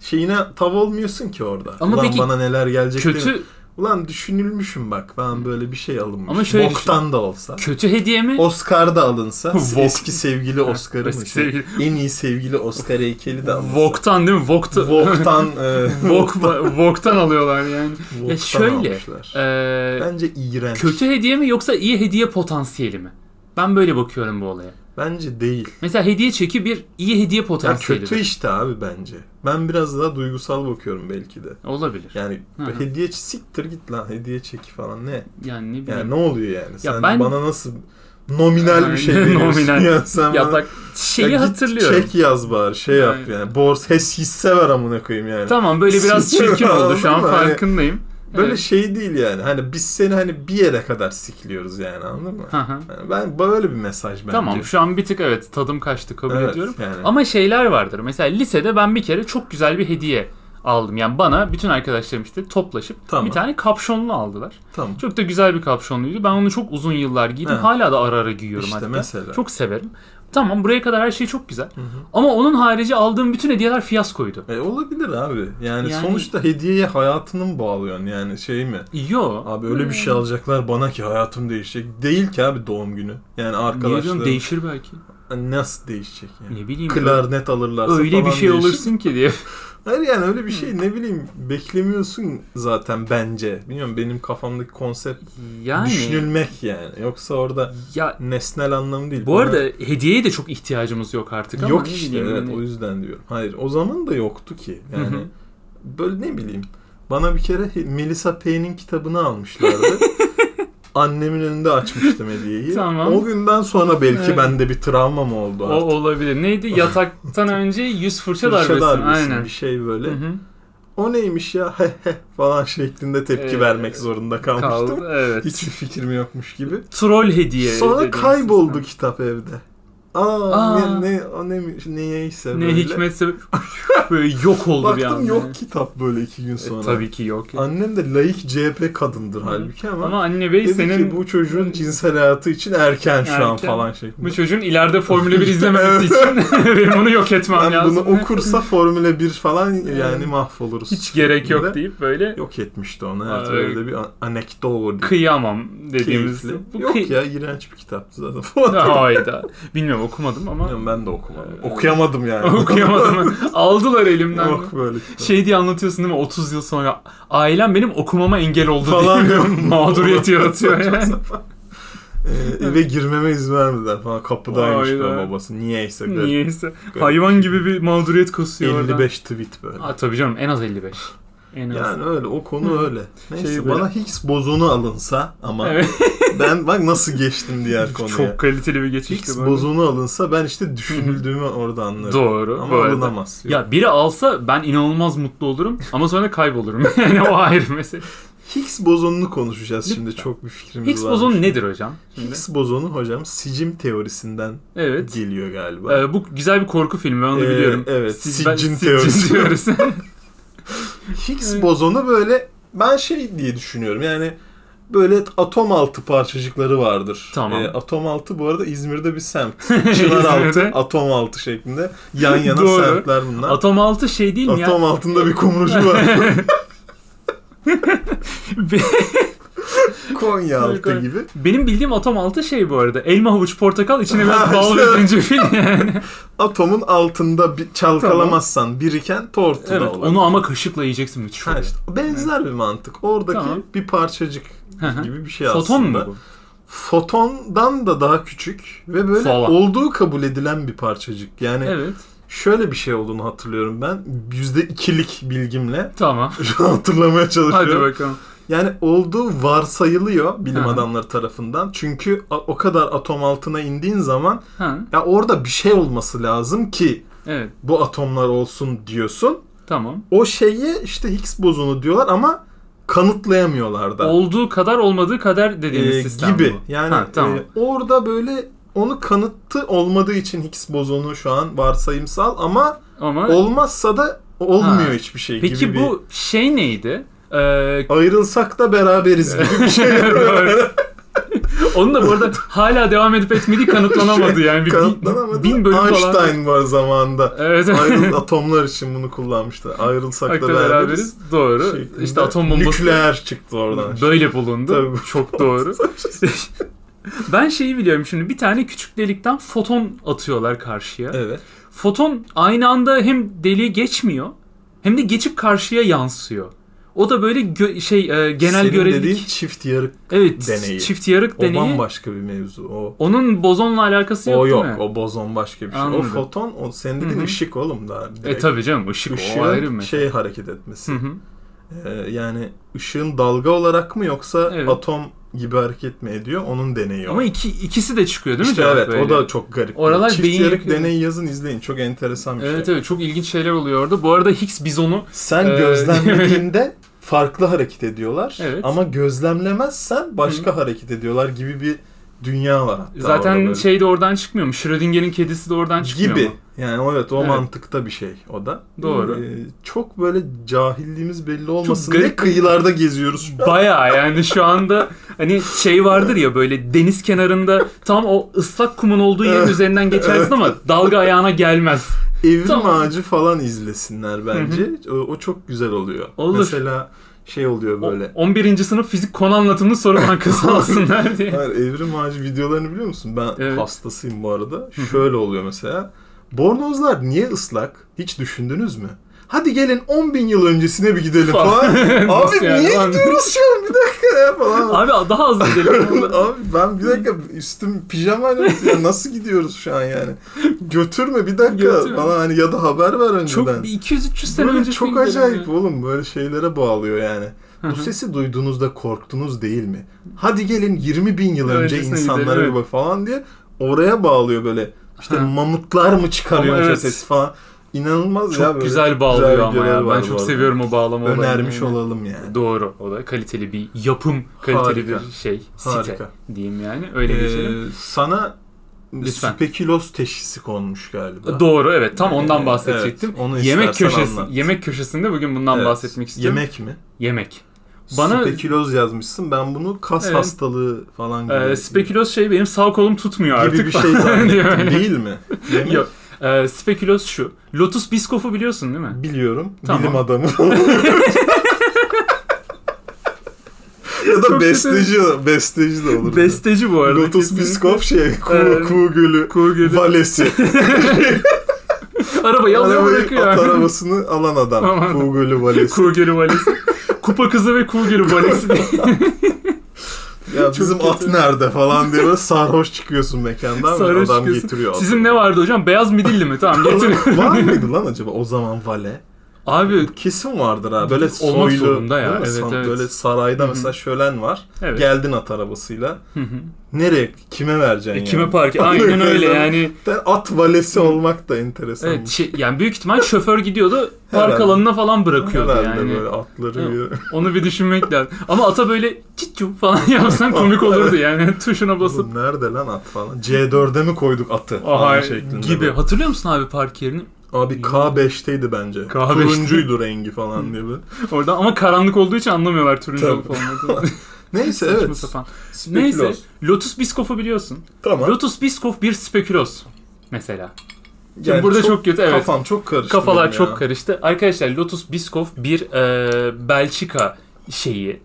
Speaker 1: şeyine tav olmuyorsun ki orada.
Speaker 2: Ama
Speaker 1: Ulan
Speaker 2: peki
Speaker 1: bana neler gelecek değil mi?
Speaker 2: kötü
Speaker 1: Ulan düşünülmüşüm bak ben böyle bir şey alınmış.
Speaker 2: Ama şöyle
Speaker 1: Boktan da olsa.
Speaker 2: kötü hediye mi?
Speaker 1: Oscar da alınsa.
Speaker 2: Vok.
Speaker 1: Eski sevgili Oscar'ı mı? şey?
Speaker 2: Eski sevgili-
Speaker 1: En iyi sevgili Oscar heykeli de alınsa.
Speaker 2: Vok'tan değil mi? Vok'ta.
Speaker 1: Vok'tan. e,
Speaker 2: Vok, Vok'tan alıyorlar yani.
Speaker 1: Vok'tan
Speaker 2: şöyle,
Speaker 1: almışlar.
Speaker 2: Ee,
Speaker 1: Bence iğrenç.
Speaker 2: kötü hediye mi yoksa iyi hediye potansiyeli mi? Ben böyle bakıyorum bu olaya.
Speaker 1: Bence değil.
Speaker 2: Mesela hediye çeki bir iyi hediye
Speaker 1: Ya
Speaker 2: potansiyeli.
Speaker 1: kötü işte abi bence. Ben biraz daha duygusal bakıyorum belki de.
Speaker 2: Olabilir.
Speaker 1: Yani
Speaker 2: Hı hı.
Speaker 1: hediye ç- siktir git lan hediye çeki falan ne?
Speaker 2: Yani ne bileyim.
Speaker 1: Yani ne oluyor yani? Sen
Speaker 2: ben-
Speaker 1: bana nasıl nominal bir şey
Speaker 2: Aynen,
Speaker 1: veriyorsun
Speaker 2: nominal.
Speaker 1: ya sen
Speaker 2: ya
Speaker 1: bana-
Speaker 2: bak şeyi
Speaker 1: Ya git
Speaker 2: hatırlıyorum.
Speaker 1: Çek yaz bari şey yap
Speaker 2: Aynen.
Speaker 1: yani. Bors hes hisse ver amına koyayım yani.
Speaker 2: Tamam böyle biraz çirkin oldu şu an
Speaker 1: Anladın mı? Hani
Speaker 2: farkındayım.
Speaker 1: Böyle
Speaker 2: Evet.
Speaker 1: şey değil yani. Hani biz seni hani bir yere kadar sikliyoruz yani anladın mı?
Speaker 2: Hı hı.
Speaker 1: Yani ben böyle bir mesaj bence.
Speaker 2: Tamam şu an bir tık evet tadım kaçtı kabul
Speaker 1: Evet,
Speaker 2: ediyorum.
Speaker 1: yani.
Speaker 2: Ama şeyler vardır. Mesela lisede ben bir kere çok güzel bir hediye aldım. Yani bana bütün arkadaşlarım işte toplaşıp
Speaker 1: Tamam.
Speaker 2: bir tane kapşonlu aldılar.
Speaker 1: Tamam.
Speaker 2: Çok da güzel bir kapşonluydu. Ben onu çok uzun yıllar giydim.
Speaker 1: Ha.
Speaker 2: Hala da ara ara giyiyorum
Speaker 1: İşte
Speaker 2: hatta.
Speaker 1: mesela.
Speaker 2: Çok severim. Tamam buraya kadar her şey çok güzel. Ama onun harici aldığım bütün hediyeler fiyaskoydu.
Speaker 1: E, olabilir abi. Yani,
Speaker 2: Yani-
Speaker 1: sonuçta hediyeye hayatını mı bağlıyorsun yani şey mi?
Speaker 2: Yo.
Speaker 1: Abi öyle bir şey alacaklar bana ki hayatım değişecek. Değil ki abi doğum günü. Yani
Speaker 2: Niye diyorum
Speaker 1: arkadaşlar
Speaker 2: değişir belki.
Speaker 1: nasıl değişecek yani?
Speaker 2: Ne bileyim.
Speaker 1: Klarnet alırlarsa
Speaker 2: Öyle
Speaker 1: falan
Speaker 2: bir şey Hmm.
Speaker 1: değişir.
Speaker 2: olursun ki diye.
Speaker 1: Hayır yani öyle bir şey ne bileyim beklemiyorsun zaten bence. Bilmiyorum benim kafamdaki konsept
Speaker 2: Yani.
Speaker 1: düşünülmek yani. Yoksa orada
Speaker 2: Ya
Speaker 1: nesnel anlamı değil.
Speaker 2: bu
Speaker 1: Bana-
Speaker 2: arada hediyeye de çok ihtiyacımız yok artık ama.
Speaker 1: yok
Speaker 2: ne
Speaker 1: işte
Speaker 2: bileyim
Speaker 1: evet
Speaker 2: hani.
Speaker 1: o yüzden diyorum. Hayır o zaman da yoktu ki. Yani
Speaker 2: Hı hı.
Speaker 1: böyle ne bileyim bana bir kere He- Melissa Payne'in kitabını almışlardı. Annemin önünde açmıştım hediyeyi.
Speaker 2: Tamam.
Speaker 1: O günden sonra belki
Speaker 2: Evet.
Speaker 1: bende bir travmam oldu.
Speaker 2: O
Speaker 1: artık.
Speaker 2: olabilir. Neydi? Yataktan önce yüz fırça,
Speaker 1: Fırça
Speaker 2: darbesi.
Speaker 1: darbesi
Speaker 2: Aynen.
Speaker 1: bir şey böyle.
Speaker 2: Hı hı.
Speaker 1: O neymiş ya he he falan şeklinde tepki
Speaker 2: Evet.
Speaker 1: vermek zorunda kalmıştım.
Speaker 2: Ee, Kaldı. Evet.
Speaker 1: Hiçbir fikrim yokmuş gibi.
Speaker 2: Troll hediye.
Speaker 1: Sonra
Speaker 2: dediğimiz
Speaker 1: kayboldu
Speaker 2: sistem.
Speaker 1: kitap evde. Aa,
Speaker 2: Aa.
Speaker 1: Ne, ne, o ne, neyeyse
Speaker 2: Ne
Speaker 1: böyle.
Speaker 2: hikmetse böyle yok oldu bir
Speaker 1: Baktım
Speaker 2: anda.
Speaker 1: yok kitap böyle iki gün
Speaker 2: E,
Speaker 1: sonra.
Speaker 2: tabii ki yok.
Speaker 1: Annem de laik CHP kadındır halbuki ama,
Speaker 2: Ama anne bey
Speaker 1: dedi
Speaker 2: senin
Speaker 1: ki bu çocuğun cinsel hayatı için erken, şu an
Speaker 2: Erken.
Speaker 1: falan şey." şeklinde.
Speaker 2: bu çocuğun ileride Formula 1 izlememesi için benim onu yok etmem
Speaker 1: Ben bunu
Speaker 2: lazım.
Speaker 1: okursa Formula 1 falan yani
Speaker 2: Yani
Speaker 1: mahvoluruz.
Speaker 2: Hiç gerek
Speaker 1: şeklinde.
Speaker 2: yok deyip böyle
Speaker 1: Yok etmişti ona evet
Speaker 2: Ay.
Speaker 1: öyle bir a- anekdot
Speaker 2: kıyamam dediğimiz.
Speaker 1: keyifli.
Speaker 2: Bu
Speaker 1: Yok
Speaker 2: kıy-
Speaker 1: ya iğrenç bir kitaptı zaten falan.
Speaker 2: Hayda. Bilmiyorum okumadım ama
Speaker 1: Bilmiyorum, ben de okumadım.
Speaker 2: Ee,
Speaker 1: Okuyamadım yani.
Speaker 2: okuyamadım. Aldılar elimden.
Speaker 1: Yok böyle kitap.
Speaker 2: Şey diye anlatıyorsun değil mi? 30 yıl sonra ailem benim okumama engel oldu
Speaker 1: Falan
Speaker 2: diye
Speaker 1: diyorum.
Speaker 2: mağduriyet yaratıyor
Speaker 1: Çok
Speaker 2: yani.
Speaker 1: sapan. Ee, eve girmeme izin vermediler falan. Kapıdaymış
Speaker 2: Vay be.
Speaker 1: böyle babası. Niyeyse. garip.
Speaker 2: Niyeyse. Hayvan gibi bir mağduriyet kasıyor orada.
Speaker 1: 55 tweet böyle.
Speaker 2: Aa, tabii canım en az 55. En az.
Speaker 1: Yani öyle o konu
Speaker 2: Hı.
Speaker 1: öyle. Neyse
Speaker 2: Şey böyle-
Speaker 1: bana Higgs bozonu alınsa ama
Speaker 2: evet.
Speaker 1: ben bak nasıl geçtim diğer konuya.
Speaker 2: Çok kaliteli bir
Speaker 1: Higgs
Speaker 2: geçişti. böyle.
Speaker 1: bozonu alınsa ben işte düşünüldüğümü orada anlarım.
Speaker 2: Doğru.
Speaker 1: Ama
Speaker 2: bu arada.
Speaker 1: alınamaz.
Speaker 2: Ya biri alsa ben inanılmaz mutlu olurum ama sonra kaybolurum. yani o ayrı mesele.
Speaker 1: Higgs bozonunu konuşacağız şimdi
Speaker 2: Lütfen.
Speaker 1: çok bir fikrimiz
Speaker 2: Higgs
Speaker 1: varmış.
Speaker 2: bozonu nedir hocam? Şimdi.
Speaker 1: Higgs bozonu hocam sicim teorisinden
Speaker 2: Evet.
Speaker 1: geliyor galiba.
Speaker 2: Ee, bu güzel bir korku filmi ben onu
Speaker 1: Ee,
Speaker 2: biliyorum.
Speaker 1: evet,
Speaker 2: ben-
Speaker 1: Siccin teorisi.
Speaker 2: teorisi.
Speaker 1: Higgs bozonu böyle ben şey diye düşünüyorum yani böyle atom altı parçacıkları vardır. Ee,
Speaker 2: Tamam.
Speaker 1: atom altı bu arada İzmir'de bir semt. Çınar altı,
Speaker 2: İzmir'de.
Speaker 1: atom altı şeklinde yan yana
Speaker 2: Doğru.
Speaker 1: semtler bunlar.
Speaker 2: Atom altı şey değil mi ya?
Speaker 1: atom altında bir kumrucu var. Konya altı
Speaker 2: Koy-
Speaker 1: gibi.
Speaker 2: Benim bildiğim atom altı şey bu arada. Elma avuç portakal içine biraz
Speaker 1: Ha,
Speaker 2: bal
Speaker 1: işte.
Speaker 2: ve zencefil yani.
Speaker 1: Atomun altında bir çalkalamazsan biriken tortuna
Speaker 2: evet
Speaker 1: olan.
Speaker 2: onu ama kaşıkla yiyeceksin müthiş
Speaker 1: Ha
Speaker 2: oluyor.
Speaker 1: işte, benzer bir mantık. Oradaki
Speaker 2: Tamam.
Speaker 1: bir parçacık
Speaker 2: Hı hı.
Speaker 1: gibi bir şey aslında.
Speaker 2: Foton mu bu?
Speaker 1: Fotondan da daha küçük ve böyle
Speaker 2: Falan.
Speaker 1: olduğu kabul edilen bir parçacık. Yani
Speaker 2: Evet
Speaker 1: şöyle bir şey olduğunu hatırlıyorum ben. Yüzde ikilik bilgimle
Speaker 2: tamam.
Speaker 1: şu an hatırlamaya çalışıyorum.
Speaker 2: Hadi bakalım.
Speaker 1: Yani olduğu varsayılıyor bilim
Speaker 2: Hı hı.
Speaker 1: adamları tarafından. Çünkü a- o kadar atom altına indiğin zaman
Speaker 2: Ha,
Speaker 1: ya orada bir şey olması lazım ki
Speaker 2: evet
Speaker 1: bu atomlar olsun diyorsun.
Speaker 2: tamam.
Speaker 1: O şeyi işte Higgs bozonu diyorlar ama kanıtlayamıyorlar da.
Speaker 2: Olduğu kadar olmadığı kader dediğimiz
Speaker 1: Ee,
Speaker 2: sistem
Speaker 1: gibi.
Speaker 2: bu.
Speaker 1: Yani
Speaker 2: Ha, tamam.
Speaker 1: e, orada böyle onu kanıtı olmadığı için Higgs bozonu şu an varsayımsal ama
Speaker 2: Ama
Speaker 1: olmazsa da olmuyor
Speaker 2: Ha.
Speaker 1: hiçbir şey gibi.
Speaker 2: peki
Speaker 1: bir-
Speaker 2: bu şey neydi? Ee,
Speaker 1: ayrılsak da beraberiz gibi bir şey.
Speaker 2: Doğru. Onun da bu arada hala devam edip etmediği kanıtlanamadı yani. Bir,
Speaker 1: Kanıtlanamadı.
Speaker 2: Bin bölüm
Speaker 1: Einstein
Speaker 2: falan.
Speaker 1: var zamanında.
Speaker 2: Evet.
Speaker 1: Ayrıl atomlar için bunu kullanmıştı. Ayrılsak da
Speaker 2: Hakla
Speaker 1: beraberiz.
Speaker 2: beraberiz. Doğru.
Speaker 1: şeklinde.
Speaker 2: İşte atom bombası
Speaker 1: Nükleer çıktı oradan.
Speaker 2: böyle bulundu.
Speaker 1: Tabii.
Speaker 2: Çok doğru. ben şeyi biliyorum şimdi bir tane küçük delikten foton atıyorlar karşıya.
Speaker 1: evet.
Speaker 2: Foton aynı anda hem deliğe geçmiyor hem de geçip karşıya yansıyor. O da böyle gö- şey e, genel
Speaker 1: Senin
Speaker 2: görelilik.
Speaker 1: dediğin çift yarık
Speaker 2: evet.
Speaker 1: deneyi.
Speaker 2: Çift yarık
Speaker 1: o
Speaker 2: deneyi.
Speaker 1: bambaşka bir mevzu. O
Speaker 2: Onun bozonla alakası yok,
Speaker 1: o yok.
Speaker 2: değil mi? E,
Speaker 1: O bozon başka bir şey. O
Speaker 2: Anladım.
Speaker 1: foton o senin dediğin
Speaker 2: Hı hı.
Speaker 1: ışık oğlum da.
Speaker 2: E
Speaker 1: direkt.
Speaker 2: tabii canım ışık o ayrı
Speaker 1: Işığın
Speaker 2: mı?
Speaker 1: şey hareket etmesi.
Speaker 2: Hı hı.
Speaker 1: Ee, yani ışığın dalga olarak mı yoksa
Speaker 2: Evet.
Speaker 1: atom gibi hareket mi ediyor? Onun deneyi o.
Speaker 2: Ama iki, ikisi de çıkıyor değil mi?
Speaker 1: İşte
Speaker 2: cevap
Speaker 1: evet
Speaker 2: böyle?
Speaker 1: o da çok garip.
Speaker 2: Oralar
Speaker 1: Çift
Speaker 2: beyin
Speaker 1: yarık
Speaker 2: yakıyor.
Speaker 1: deneyi yazın izleyin. Çok enteresan bir
Speaker 2: Evet
Speaker 1: şey.
Speaker 2: evet çok ilginç şeyler oluyor orada. Bu arada Higgs bizonu
Speaker 1: Sen
Speaker 2: Ee,
Speaker 1: gözlemlediğinde farklı hareket ediyorlar.
Speaker 2: Evet.
Speaker 1: Ama gözlemlemezsen başka hareket ediyorlar gibi bir dünya var hatta. orada
Speaker 2: zaten
Speaker 1: böyle.
Speaker 2: şey de oradan çıkmıyor mu? Schrödinger'in kedisi de oradan çıkmıyor
Speaker 1: gibi.
Speaker 2: mu?
Speaker 1: Yani o evet o
Speaker 2: Evet.
Speaker 1: mantıkta bir şey o da.
Speaker 2: Doğru.
Speaker 1: Ee, çok böyle cahilliğimiz belli olmasın
Speaker 2: garip
Speaker 1: diye
Speaker 2: bir-
Speaker 1: kıyılarda geziyoruz.
Speaker 2: Baya yani şu anda hani şey vardır ya böyle deniz kenarında tam o ıslak kumun olduğu yerin
Speaker 1: Evet.
Speaker 2: üzerinden geçersin ama dalga ayağına gelmez.
Speaker 1: Evrim
Speaker 2: Tamam.
Speaker 1: ağacı falan izlesinler bence. o, o çok güzel oluyor.
Speaker 2: Olur.
Speaker 1: Mesela şey oluyor
Speaker 2: O-
Speaker 1: böyle.
Speaker 2: 11. sınıf fizik konu anlatımını soru bankası alsınlar diye.
Speaker 1: Hayır, evrim ağacı videolarını biliyor musun? Ben
Speaker 2: Evet.
Speaker 1: hastasıyım bu arada. Şöyle oluyor mesela. Bornozlar niye ıslak? Hiç düşündünüz mü? Hadi gelin 10 bin yıl öncesine bir gidelim falan.
Speaker 2: Falan. Nasıl
Speaker 1: Abi
Speaker 2: yani?
Speaker 1: niye
Speaker 2: Lan-
Speaker 1: gidiyoruz şu an? Bir dakika ya falan.
Speaker 2: Abi daha az gidelim.
Speaker 1: Abi ben bir dakika üstüm pijamayla ya nasıl gidiyoruz şu an yani? Götürme bir dakika
Speaker 2: Götürme.
Speaker 1: bana hani ya da haber ver
Speaker 2: Çok
Speaker 1: önceden.
Speaker 2: bir 200-300 sene
Speaker 1: Böyle
Speaker 2: önce
Speaker 1: çok acayip oğlum böyle şeylere bağlıyor yani. Bu
Speaker 2: hı.
Speaker 1: sesi duyduğunuzda korktunuz değil mi? Hadi gelin 20 bin yıl önce
Speaker 2: Öncesine
Speaker 1: insanlara
Speaker 2: gidelim,
Speaker 1: bir bak falan diye oraya bağlıyor böyle. İşte
Speaker 2: Ha.
Speaker 1: mamutlar mı çıkarıyor
Speaker 2: Ama
Speaker 1: o
Speaker 2: evet.
Speaker 1: sesi falan. İnanılmaz ya
Speaker 2: Çok
Speaker 1: böyle.
Speaker 2: güzel bağlıyor ama
Speaker 1: videoları
Speaker 2: ya.
Speaker 1: var
Speaker 2: Ben
Speaker 1: bu
Speaker 2: çok
Speaker 1: arada.
Speaker 2: seviyorum o bağlama olayını.
Speaker 1: Önermiş
Speaker 2: Yani.
Speaker 1: olalım yani.
Speaker 2: Doğru. O da kaliteli bir yapım, kaliteli
Speaker 1: Harika.
Speaker 2: bir şey, site
Speaker 1: Harika.
Speaker 2: diyeyim yani. Öyle geçelim.
Speaker 1: Ee, sana
Speaker 2: Lütfen.
Speaker 1: spekuloz teşhisi konmuş galiba.
Speaker 2: Doğru evet tam ondan
Speaker 1: Ee,
Speaker 2: bahsedecektim.
Speaker 1: evet, onu
Speaker 2: yemek
Speaker 1: istersen
Speaker 2: köşesi
Speaker 1: anlat.
Speaker 2: yemek köşesinde bugün bundan
Speaker 1: Evet.
Speaker 2: bahsetmek istiyorum.
Speaker 1: Yemek mi?
Speaker 2: Yemek. Bana-
Speaker 1: Speküloz yazmışsın. Ben bunu kas
Speaker 2: Evet.
Speaker 1: hastalığı falan gibi,
Speaker 2: Ee, speküloz şey benim sağ kolum tutmuyor
Speaker 1: gibi
Speaker 2: artık.
Speaker 1: bir şey
Speaker 2: Diyor
Speaker 1: zannettim.
Speaker 2: öyle.
Speaker 1: değil mi? Yemek
Speaker 2: Yok. Ee, speküloz şu. Lotus Biskof'u biliyorsun değil mi?
Speaker 1: biliyorum.
Speaker 2: Tamam.
Speaker 1: Bilim adamı. ya da
Speaker 2: Çok
Speaker 1: besteci, besteci de olur.
Speaker 2: Besteci bu arada.
Speaker 1: Lotus
Speaker 2: kesinlikle.
Speaker 1: Biskop şey, Kuğu,
Speaker 2: Evet.
Speaker 1: Kuğu Gölü,
Speaker 2: Kuğu Gölü.
Speaker 1: Valesi.
Speaker 2: Arabayı alıyor
Speaker 1: Arabayı,
Speaker 2: bırakıyor.
Speaker 1: at arabasını alan adam.
Speaker 2: Aman.
Speaker 1: Kuğu Gölü, Valesi.
Speaker 2: Kuğu Gölü valisi. Kupa kızı ve Kuğu Gölü valisi.
Speaker 1: Ya bizim
Speaker 2: kötü.
Speaker 1: at nerede falan diye böyle sarhoş çıkıyorsun mekandan ve
Speaker 2: Sarhoş
Speaker 1: adam
Speaker 2: çıkıyorsun.
Speaker 1: getiriyor. atı.
Speaker 2: Sizin ne vardı hocam? Beyaz midilli mi? Tamam getirin.
Speaker 1: Var mıydı lan acaba o zaman vale?
Speaker 2: Abi
Speaker 1: Kesin vardır ha. Böyle
Speaker 2: Olmak
Speaker 1: soylu.
Speaker 2: zorunda ya,
Speaker 1: değil mi?
Speaker 2: evet,
Speaker 1: San-
Speaker 2: evet.
Speaker 1: Böyle sarayda
Speaker 2: Hı hı.
Speaker 1: mesela şölen var.
Speaker 2: evet.
Speaker 1: Geldin at arabasıyla.
Speaker 2: Hı hı.
Speaker 1: Nereye? Kime vereceksin
Speaker 2: E,
Speaker 1: yani?
Speaker 2: kime park? Aynen öyle yani.
Speaker 1: Ben At valesi olmak da enteresan.
Speaker 2: Evet, şey- yani büyük ihtimal şoför gidiyordu park
Speaker 1: Herhalde.
Speaker 2: alanına falan bırakıyordu
Speaker 1: Herhalde
Speaker 2: yani.
Speaker 1: böyle atları
Speaker 2: Evet. Onu bir düşünmek lazım. Ama ata böyle çitçu falan yapsan komik olurdu yani. Tuşuna basıp
Speaker 1: Oğlum nerede lan at falan? C4'e mi koyduk atı?
Speaker 2: aha
Speaker 1: Falan şey şeklinde
Speaker 2: gibi.
Speaker 1: böyle.
Speaker 2: Hatırlıyor musun abi park yerini?
Speaker 1: Abi K5'teydi bence.
Speaker 2: K5'te.
Speaker 1: Turuncuydu rengi falan diye böyle.
Speaker 2: Orada ama karanlık olduğu için anlamıyorlar turuncu
Speaker 1: Tabii.
Speaker 2: olup olmadığını.
Speaker 1: Neyse
Speaker 2: Saçma
Speaker 1: evet.
Speaker 2: sapan.
Speaker 1: Spekülos.
Speaker 2: Neyse Lotus Biskof'u biliyorsun.
Speaker 1: Tamam.
Speaker 2: Lotus Biskof bir spekülos mesela.
Speaker 1: Yani
Speaker 2: burada çok kötü, evet.
Speaker 1: Kafam çok karıştı.
Speaker 2: Kafalar
Speaker 1: benim
Speaker 2: çok
Speaker 1: ya.
Speaker 2: karıştı. Arkadaşlar Lotus Biskof bir e, Belçika şeyi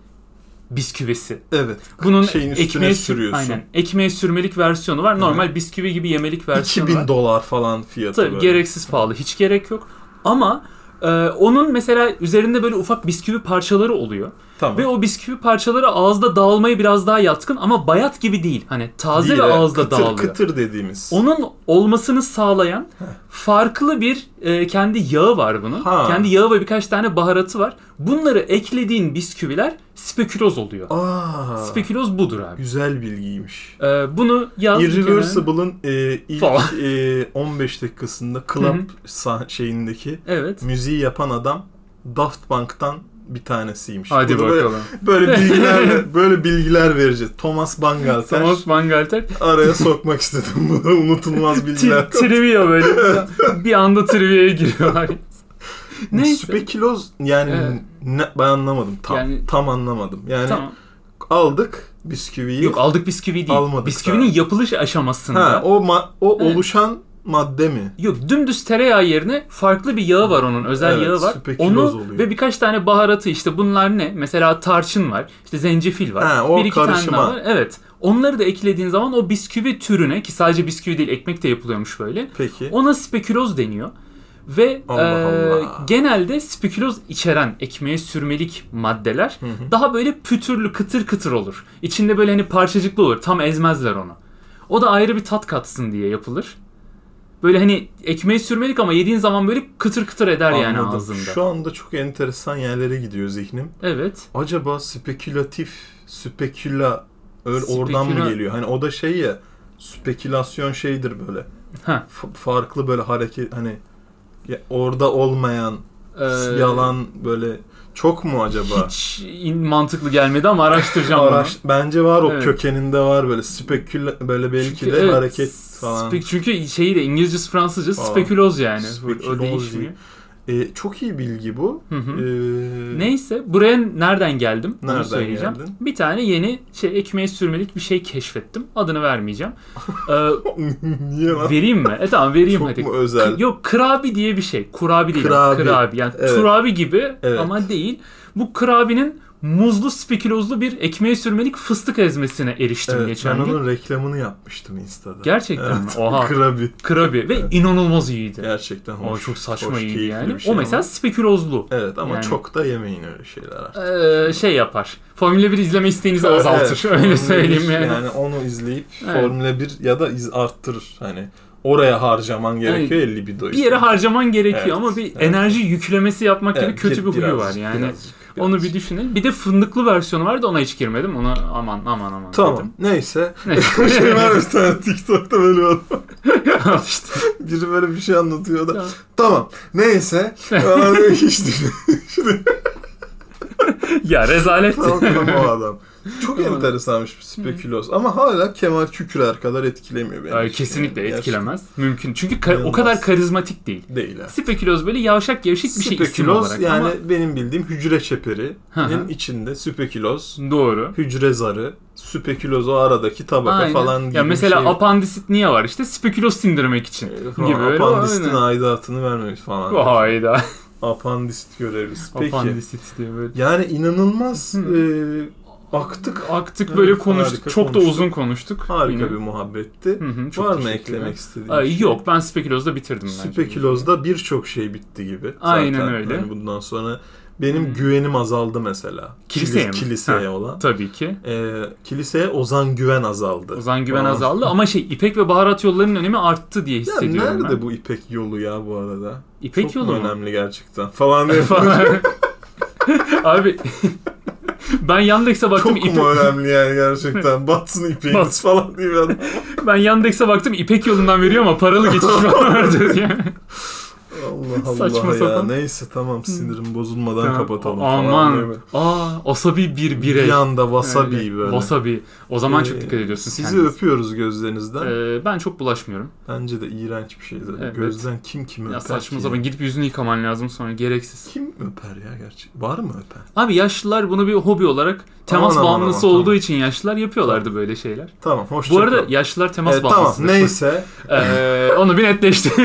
Speaker 2: bisküvisi.
Speaker 1: Evet.
Speaker 2: Bunun
Speaker 1: Şeyin üstüne
Speaker 2: ekmeğe sür-
Speaker 1: sürüyorsun.
Speaker 2: Aynen. Ekmeğe sürmelik versiyonu var. Normal bisküvi gibi yemelik versiyonu
Speaker 1: 2000
Speaker 2: var.
Speaker 1: dolar falan fiyatı
Speaker 2: Tabii
Speaker 1: böyle.
Speaker 2: gereksiz pahalı. Hiç gerek yok. Ama e, onun mesela üzerinde böyle ufak bisküvi parçaları oluyor.
Speaker 1: Tamam.
Speaker 2: Ve o bisküvi parçaları ağızda dağılmaya biraz daha yatkın ama bayat gibi değil. Hani taze
Speaker 1: Değil,
Speaker 2: ve
Speaker 1: evet.
Speaker 2: ağızda
Speaker 1: kıtır,
Speaker 2: dağılıyor.
Speaker 1: Kıtır dediğimiz.
Speaker 2: Onun olmasını sağlayan farklı bir e, kendi yağı var bunun.
Speaker 1: Ha.
Speaker 2: Kendi yağı ve birkaç tane baharatı var. Bunları eklediğin bisküviler speküloz oluyor.
Speaker 1: Aa,
Speaker 2: Speküloz budur abi.
Speaker 1: güzel bilgiymiş.
Speaker 2: E, bunu yaz bir kenara.
Speaker 1: Irreversible'ın e, ilk
Speaker 2: Falan.
Speaker 1: e, 15 dakikasında
Speaker 2: Hı
Speaker 1: club sah- şeyindeki
Speaker 2: Evet.
Speaker 1: müziği yapan adam Daft Punk'tan bir tanesiymiş.
Speaker 2: Hadi
Speaker 1: Bunu böyle-
Speaker 2: bakalım.
Speaker 1: Böyle, bilgiler böyle bilgiler vereceğiz. Thomas Bangalter
Speaker 2: Thomas Bangalter
Speaker 1: araya sokmak istedim bunu unutulmaz
Speaker 2: tri-
Speaker 1: bilgiler.
Speaker 2: trivia böyle. bir anda trivia'ya giriyorlar. Neyse.
Speaker 1: Speküloz yani
Speaker 2: Evet.
Speaker 1: ne- ben anlamadım tam
Speaker 2: Yani-
Speaker 1: tam anlamadım. Yani
Speaker 2: tamam.
Speaker 1: aldık bisküviyi.
Speaker 2: Yok aldık bisküvi değil.
Speaker 1: Almadık
Speaker 2: Bisküvinin yapılış aşamasında.
Speaker 1: ha, o ma- o
Speaker 2: Evet.
Speaker 1: oluşan madde mi?
Speaker 2: Yok dümdüz tereyağı yerine farklı bir yağı var onun özel
Speaker 1: Evet,
Speaker 2: yağı var.
Speaker 1: süpekiloz
Speaker 2: Onu
Speaker 1: oluyor.
Speaker 2: ve birkaç tane baharatı işte bunlar ne? Mesela tarçın var, işte zencefil var.
Speaker 1: Ha, o
Speaker 2: bir iki tane
Speaker 1: karışıma.
Speaker 2: daha var. Evet. Onları da eklediğin zaman o bisküvi türüne ki sadece bisküvi değil ekmek de yapılıyormuş böyle.
Speaker 1: Peki.
Speaker 2: Ona speküloz deniyor. Ve
Speaker 1: Allah
Speaker 2: eee,
Speaker 1: Allah.
Speaker 2: genelde speküloz içeren ekmeğe sürmelik maddeler daha böyle pütürlü kıtır kıtır olur. İçinde böyle hani parçacıklı olur. Tam ezmezler onu. O da ayrı bir tat katsın diye yapılır. Böyle hani ekmeğe sürmelik ama yediğin zaman böyle kıtır kıtır eder yani
Speaker 1: Anladım.
Speaker 2: ağzında.
Speaker 1: Şu anda çok enteresan yerlere gidiyor zihnim.
Speaker 2: Evet.
Speaker 1: Acaba spekülatif, speküla öyle
Speaker 2: Speküla-
Speaker 1: oradan mı geliyor? Hani o da şey ya spekülasyon şeydir böyle.
Speaker 2: Ha.
Speaker 1: F- farklı böyle hareket hani ya orada olmayan
Speaker 2: Ee,
Speaker 1: yalan böyle çok mu acaba?
Speaker 2: Hiç in- mantıklı gelmedi ama araştıracağım bunu.
Speaker 1: Araş, bence var o
Speaker 2: Evet.
Speaker 1: kökeninde var böyle spekül böyle belki
Speaker 2: Çünkü
Speaker 1: de
Speaker 2: evet,
Speaker 1: hareket falan.
Speaker 2: spek- çünkü şeyi de İngilizcesi Fransızcası
Speaker 1: Falan.
Speaker 2: speküloz yani.
Speaker 1: Speküloz
Speaker 2: o değişmiyor.
Speaker 1: E, çok iyi bilgi bu.
Speaker 2: Hı hı.
Speaker 1: Ee,
Speaker 2: Neyse buraya nereden geldim? Onu
Speaker 1: Nereden
Speaker 2: söyleyeceğim.
Speaker 1: geldin?
Speaker 2: Bir tane yeni şey ekmeğe sürmelik bir şey keşfettim. Adını vermeyeceğim. Ee,
Speaker 1: Niye lan?
Speaker 2: vereyim mi? E tamam vereyim
Speaker 1: Çok
Speaker 2: hadi.
Speaker 1: mu özel?
Speaker 2: K- Yok krabi diye bir şey. Kurabi değil. Krabi.
Speaker 1: Krabi.
Speaker 2: krabi. Yani
Speaker 1: Evet.
Speaker 2: turabi gibi
Speaker 1: Evet.
Speaker 2: ama değil. Bu krabinin muzlu spekülozlu bir ekmeğe sürmelik fıstık ezmesine eriştim
Speaker 1: Evet, ben
Speaker 2: geçen gün.
Speaker 1: onun reklamını yapmıştım Insta'da.
Speaker 2: Gerçekten mi? Oha.
Speaker 1: Krabi.
Speaker 2: Krabi ve inanılmaz iyiydi.
Speaker 1: Gerçekten hoş.
Speaker 2: o çok saçma
Speaker 1: hoş,
Speaker 2: iyiydi
Speaker 1: keyifli
Speaker 2: yani.
Speaker 1: bir şey
Speaker 2: o mesela
Speaker 1: ama-
Speaker 2: spekülozlu.
Speaker 1: Evet ama
Speaker 2: Yani-
Speaker 1: çok da yemeyin öyle şeyler artık.
Speaker 2: Ee, şey yapar. Formula 1 izleme isteğinizi azaltır.
Speaker 1: Evet,
Speaker 2: Öyle
Speaker 1: Formula
Speaker 2: söyleyeyim
Speaker 1: 1
Speaker 2: yani.
Speaker 1: Yani onu izleyip
Speaker 2: Evet.
Speaker 1: Formula 1 ya da iz arttırır. Hani oraya harcaman gerekiyor 50 bir doyu.
Speaker 2: bir yere harcaman gerekiyor
Speaker 1: Evet,
Speaker 2: ama bir
Speaker 1: evet.
Speaker 2: enerji yüklemesi yapmak gibi
Speaker 1: Evet,
Speaker 2: kötü bir huyu
Speaker 1: birazcık,
Speaker 2: var yani.
Speaker 1: birazcık,
Speaker 2: Onu bir
Speaker 1: birazcık.
Speaker 2: düşünün. Bir de fındıklı versiyonu vardı ona hiç girmedim. Ona aman aman aman
Speaker 1: Tamam neyse.
Speaker 2: dedim.
Speaker 1: şey var bir tane TikTok'ta böyle bir adam.
Speaker 2: işte.
Speaker 1: Biri böyle bir şey anlatıyor o da.
Speaker 2: Tamam.
Speaker 1: Tamam, neyse. Bana diyor ki işte
Speaker 2: Ya rezalet.
Speaker 1: tamam tamam o adam. Çok
Speaker 2: Tamam.
Speaker 1: enteresanmış bir speküloz ama hala Kemal Kükrer kadar etkilemiyor beni.
Speaker 2: Ay,
Speaker 1: hiç.
Speaker 2: kesinlikle
Speaker 1: Yani
Speaker 2: etkilemez. Mümkün. Çünkü ka- o
Speaker 1: İnanılmaz.
Speaker 2: kadar karizmatik değil.
Speaker 1: gerçekten Değil ha.
Speaker 2: Speküloz böyle yavşak gevşek bir şey isim
Speaker 1: Speküloz
Speaker 2: olarak
Speaker 1: yani
Speaker 2: yani...
Speaker 1: benim bildiğim hücre
Speaker 2: Hı hı.
Speaker 1: çeperi'nin içinde speküloz,
Speaker 2: ama doğru.
Speaker 1: hücre zarı, speküloz o aradaki tabaka
Speaker 2: Aynen.
Speaker 1: falan gibi
Speaker 2: ya mesela
Speaker 1: bir şey. E,
Speaker 2: apandisit niye var işte? Speküloz sindirmek için
Speaker 1: Falan,
Speaker 2: gibi öyle.
Speaker 1: Apandisitin
Speaker 2: Aynen. Oh.
Speaker 1: aidatını vermemiş falan.
Speaker 2: Hayda.
Speaker 1: Apandisit görevlisi. Peki.
Speaker 2: Apandisit diye böyle.
Speaker 1: Yani inanılmaz
Speaker 2: Hı.
Speaker 1: e, aktık.
Speaker 2: Aktık
Speaker 1: Evet,
Speaker 2: böyle
Speaker 1: harika
Speaker 2: konuştuk. Çok da
Speaker 1: konuştuk.
Speaker 2: uzun konuştuk.
Speaker 1: Harika
Speaker 2: Yine.
Speaker 1: bir muhabbetti.
Speaker 2: Hı hı, çok
Speaker 1: Var mı
Speaker 2: teşekkürler.
Speaker 1: eklemek istediğin?
Speaker 2: Ay,
Speaker 1: şey?
Speaker 2: Yok ben Speküloz'da bitirdim bence.
Speaker 1: Speküloz'da birçok şey bitti gibi. Zaten
Speaker 2: Aynen öyle.
Speaker 1: Hani bundan sonra benim
Speaker 2: Hı.
Speaker 1: güvenim azaldı mesela.
Speaker 2: Kiliseye mi?
Speaker 1: Kilis- Kiliseye olan.
Speaker 2: Tabii ki.
Speaker 1: Ee, kiliseye Ozan Güven azaldı.
Speaker 2: Ozan Güven
Speaker 1: Aa.
Speaker 2: azaldı ama şey İpek ve baharat yollarının önemi arttı diye
Speaker 1: Ya
Speaker 2: hissediyorum
Speaker 1: nerede
Speaker 2: ben.
Speaker 1: bu İpek yolu ya bu arada?
Speaker 2: İpek
Speaker 1: Çok
Speaker 2: yolu
Speaker 1: mu
Speaker 2: mu?
Speaker 1: önemli gerçekten falan diye.
Speaker 2: Falan. Abi ben Yandex'e baktım
Speaker 1: Çok
Speaker 2: İpek
Speaker 1: mu önemli yani gerçekten? Batsın ipeğiniz falan diye bir adam.
Speaker 2: ben Yandex'e baktım İpek yolundan veriyor ama paralı geçiş var diyor.
Speaker 1: Allah Allah
Speaker 2: Saçma
Speaker 1: ya.
Speaker 2: sapan.
Speaker 1: Neyse tamam sinirim bozulmadan
Speaker 2: Tamam.
Speaker 1: kapatalım falan. değil mi?
Speaker 2: Aman. Aa, asabi bir birey.
Speaker 1: Bir anda wasabi
Speaker 2: Öyle.
Speaker 1: böyle.
Speaker 2: Wasabi. O zaman çok
Speaker 1: Ee,
Speaker 2: dikkat ediyorsun.
Speaker 1: Sizi
Speaker 2: kendinize.
Speaker 1: öpüyoruz gözlerinizden.
Speaker 2: Ee, ben çok bulaşmıyorum.
Speaker 1: Bence de iğrenç bir şey zaten.
Speaker 2: Evet.
Speaker 1: Gözden kim kimi
Speaker 2: Ya
Speaker 1: öper
Speaker 2: saçma
Speaker 1: ki?
Speaker 2: sapan gidip yüzünü yıkaman lazım sonra gereksiz.
Speaker 1: Kim öper ya gerçi? Var mı öpen?
Speaker 2: Abi yaşlılar bunu bir hobi olarak temas
Speaker 1: Aman, aman,
Speaker 2: bağımlısı
Speaker 1: aman,
Speaker 2: olduğu
Speaker 1: tamam.
Speaker 2: için yaşlılar yapıyorlardı böyle şeyler.
Speaker 1: Tamam hoşça
Speaker 2: Bu arada
Speaker 1: kal.
Speaker 2: yaşlılar temas
Speaker 1: Evet, tamam
Speaker 2: bağımlısı.
Speaker 1: neyse.
Speaker 2: Ee, onu bir netleşti.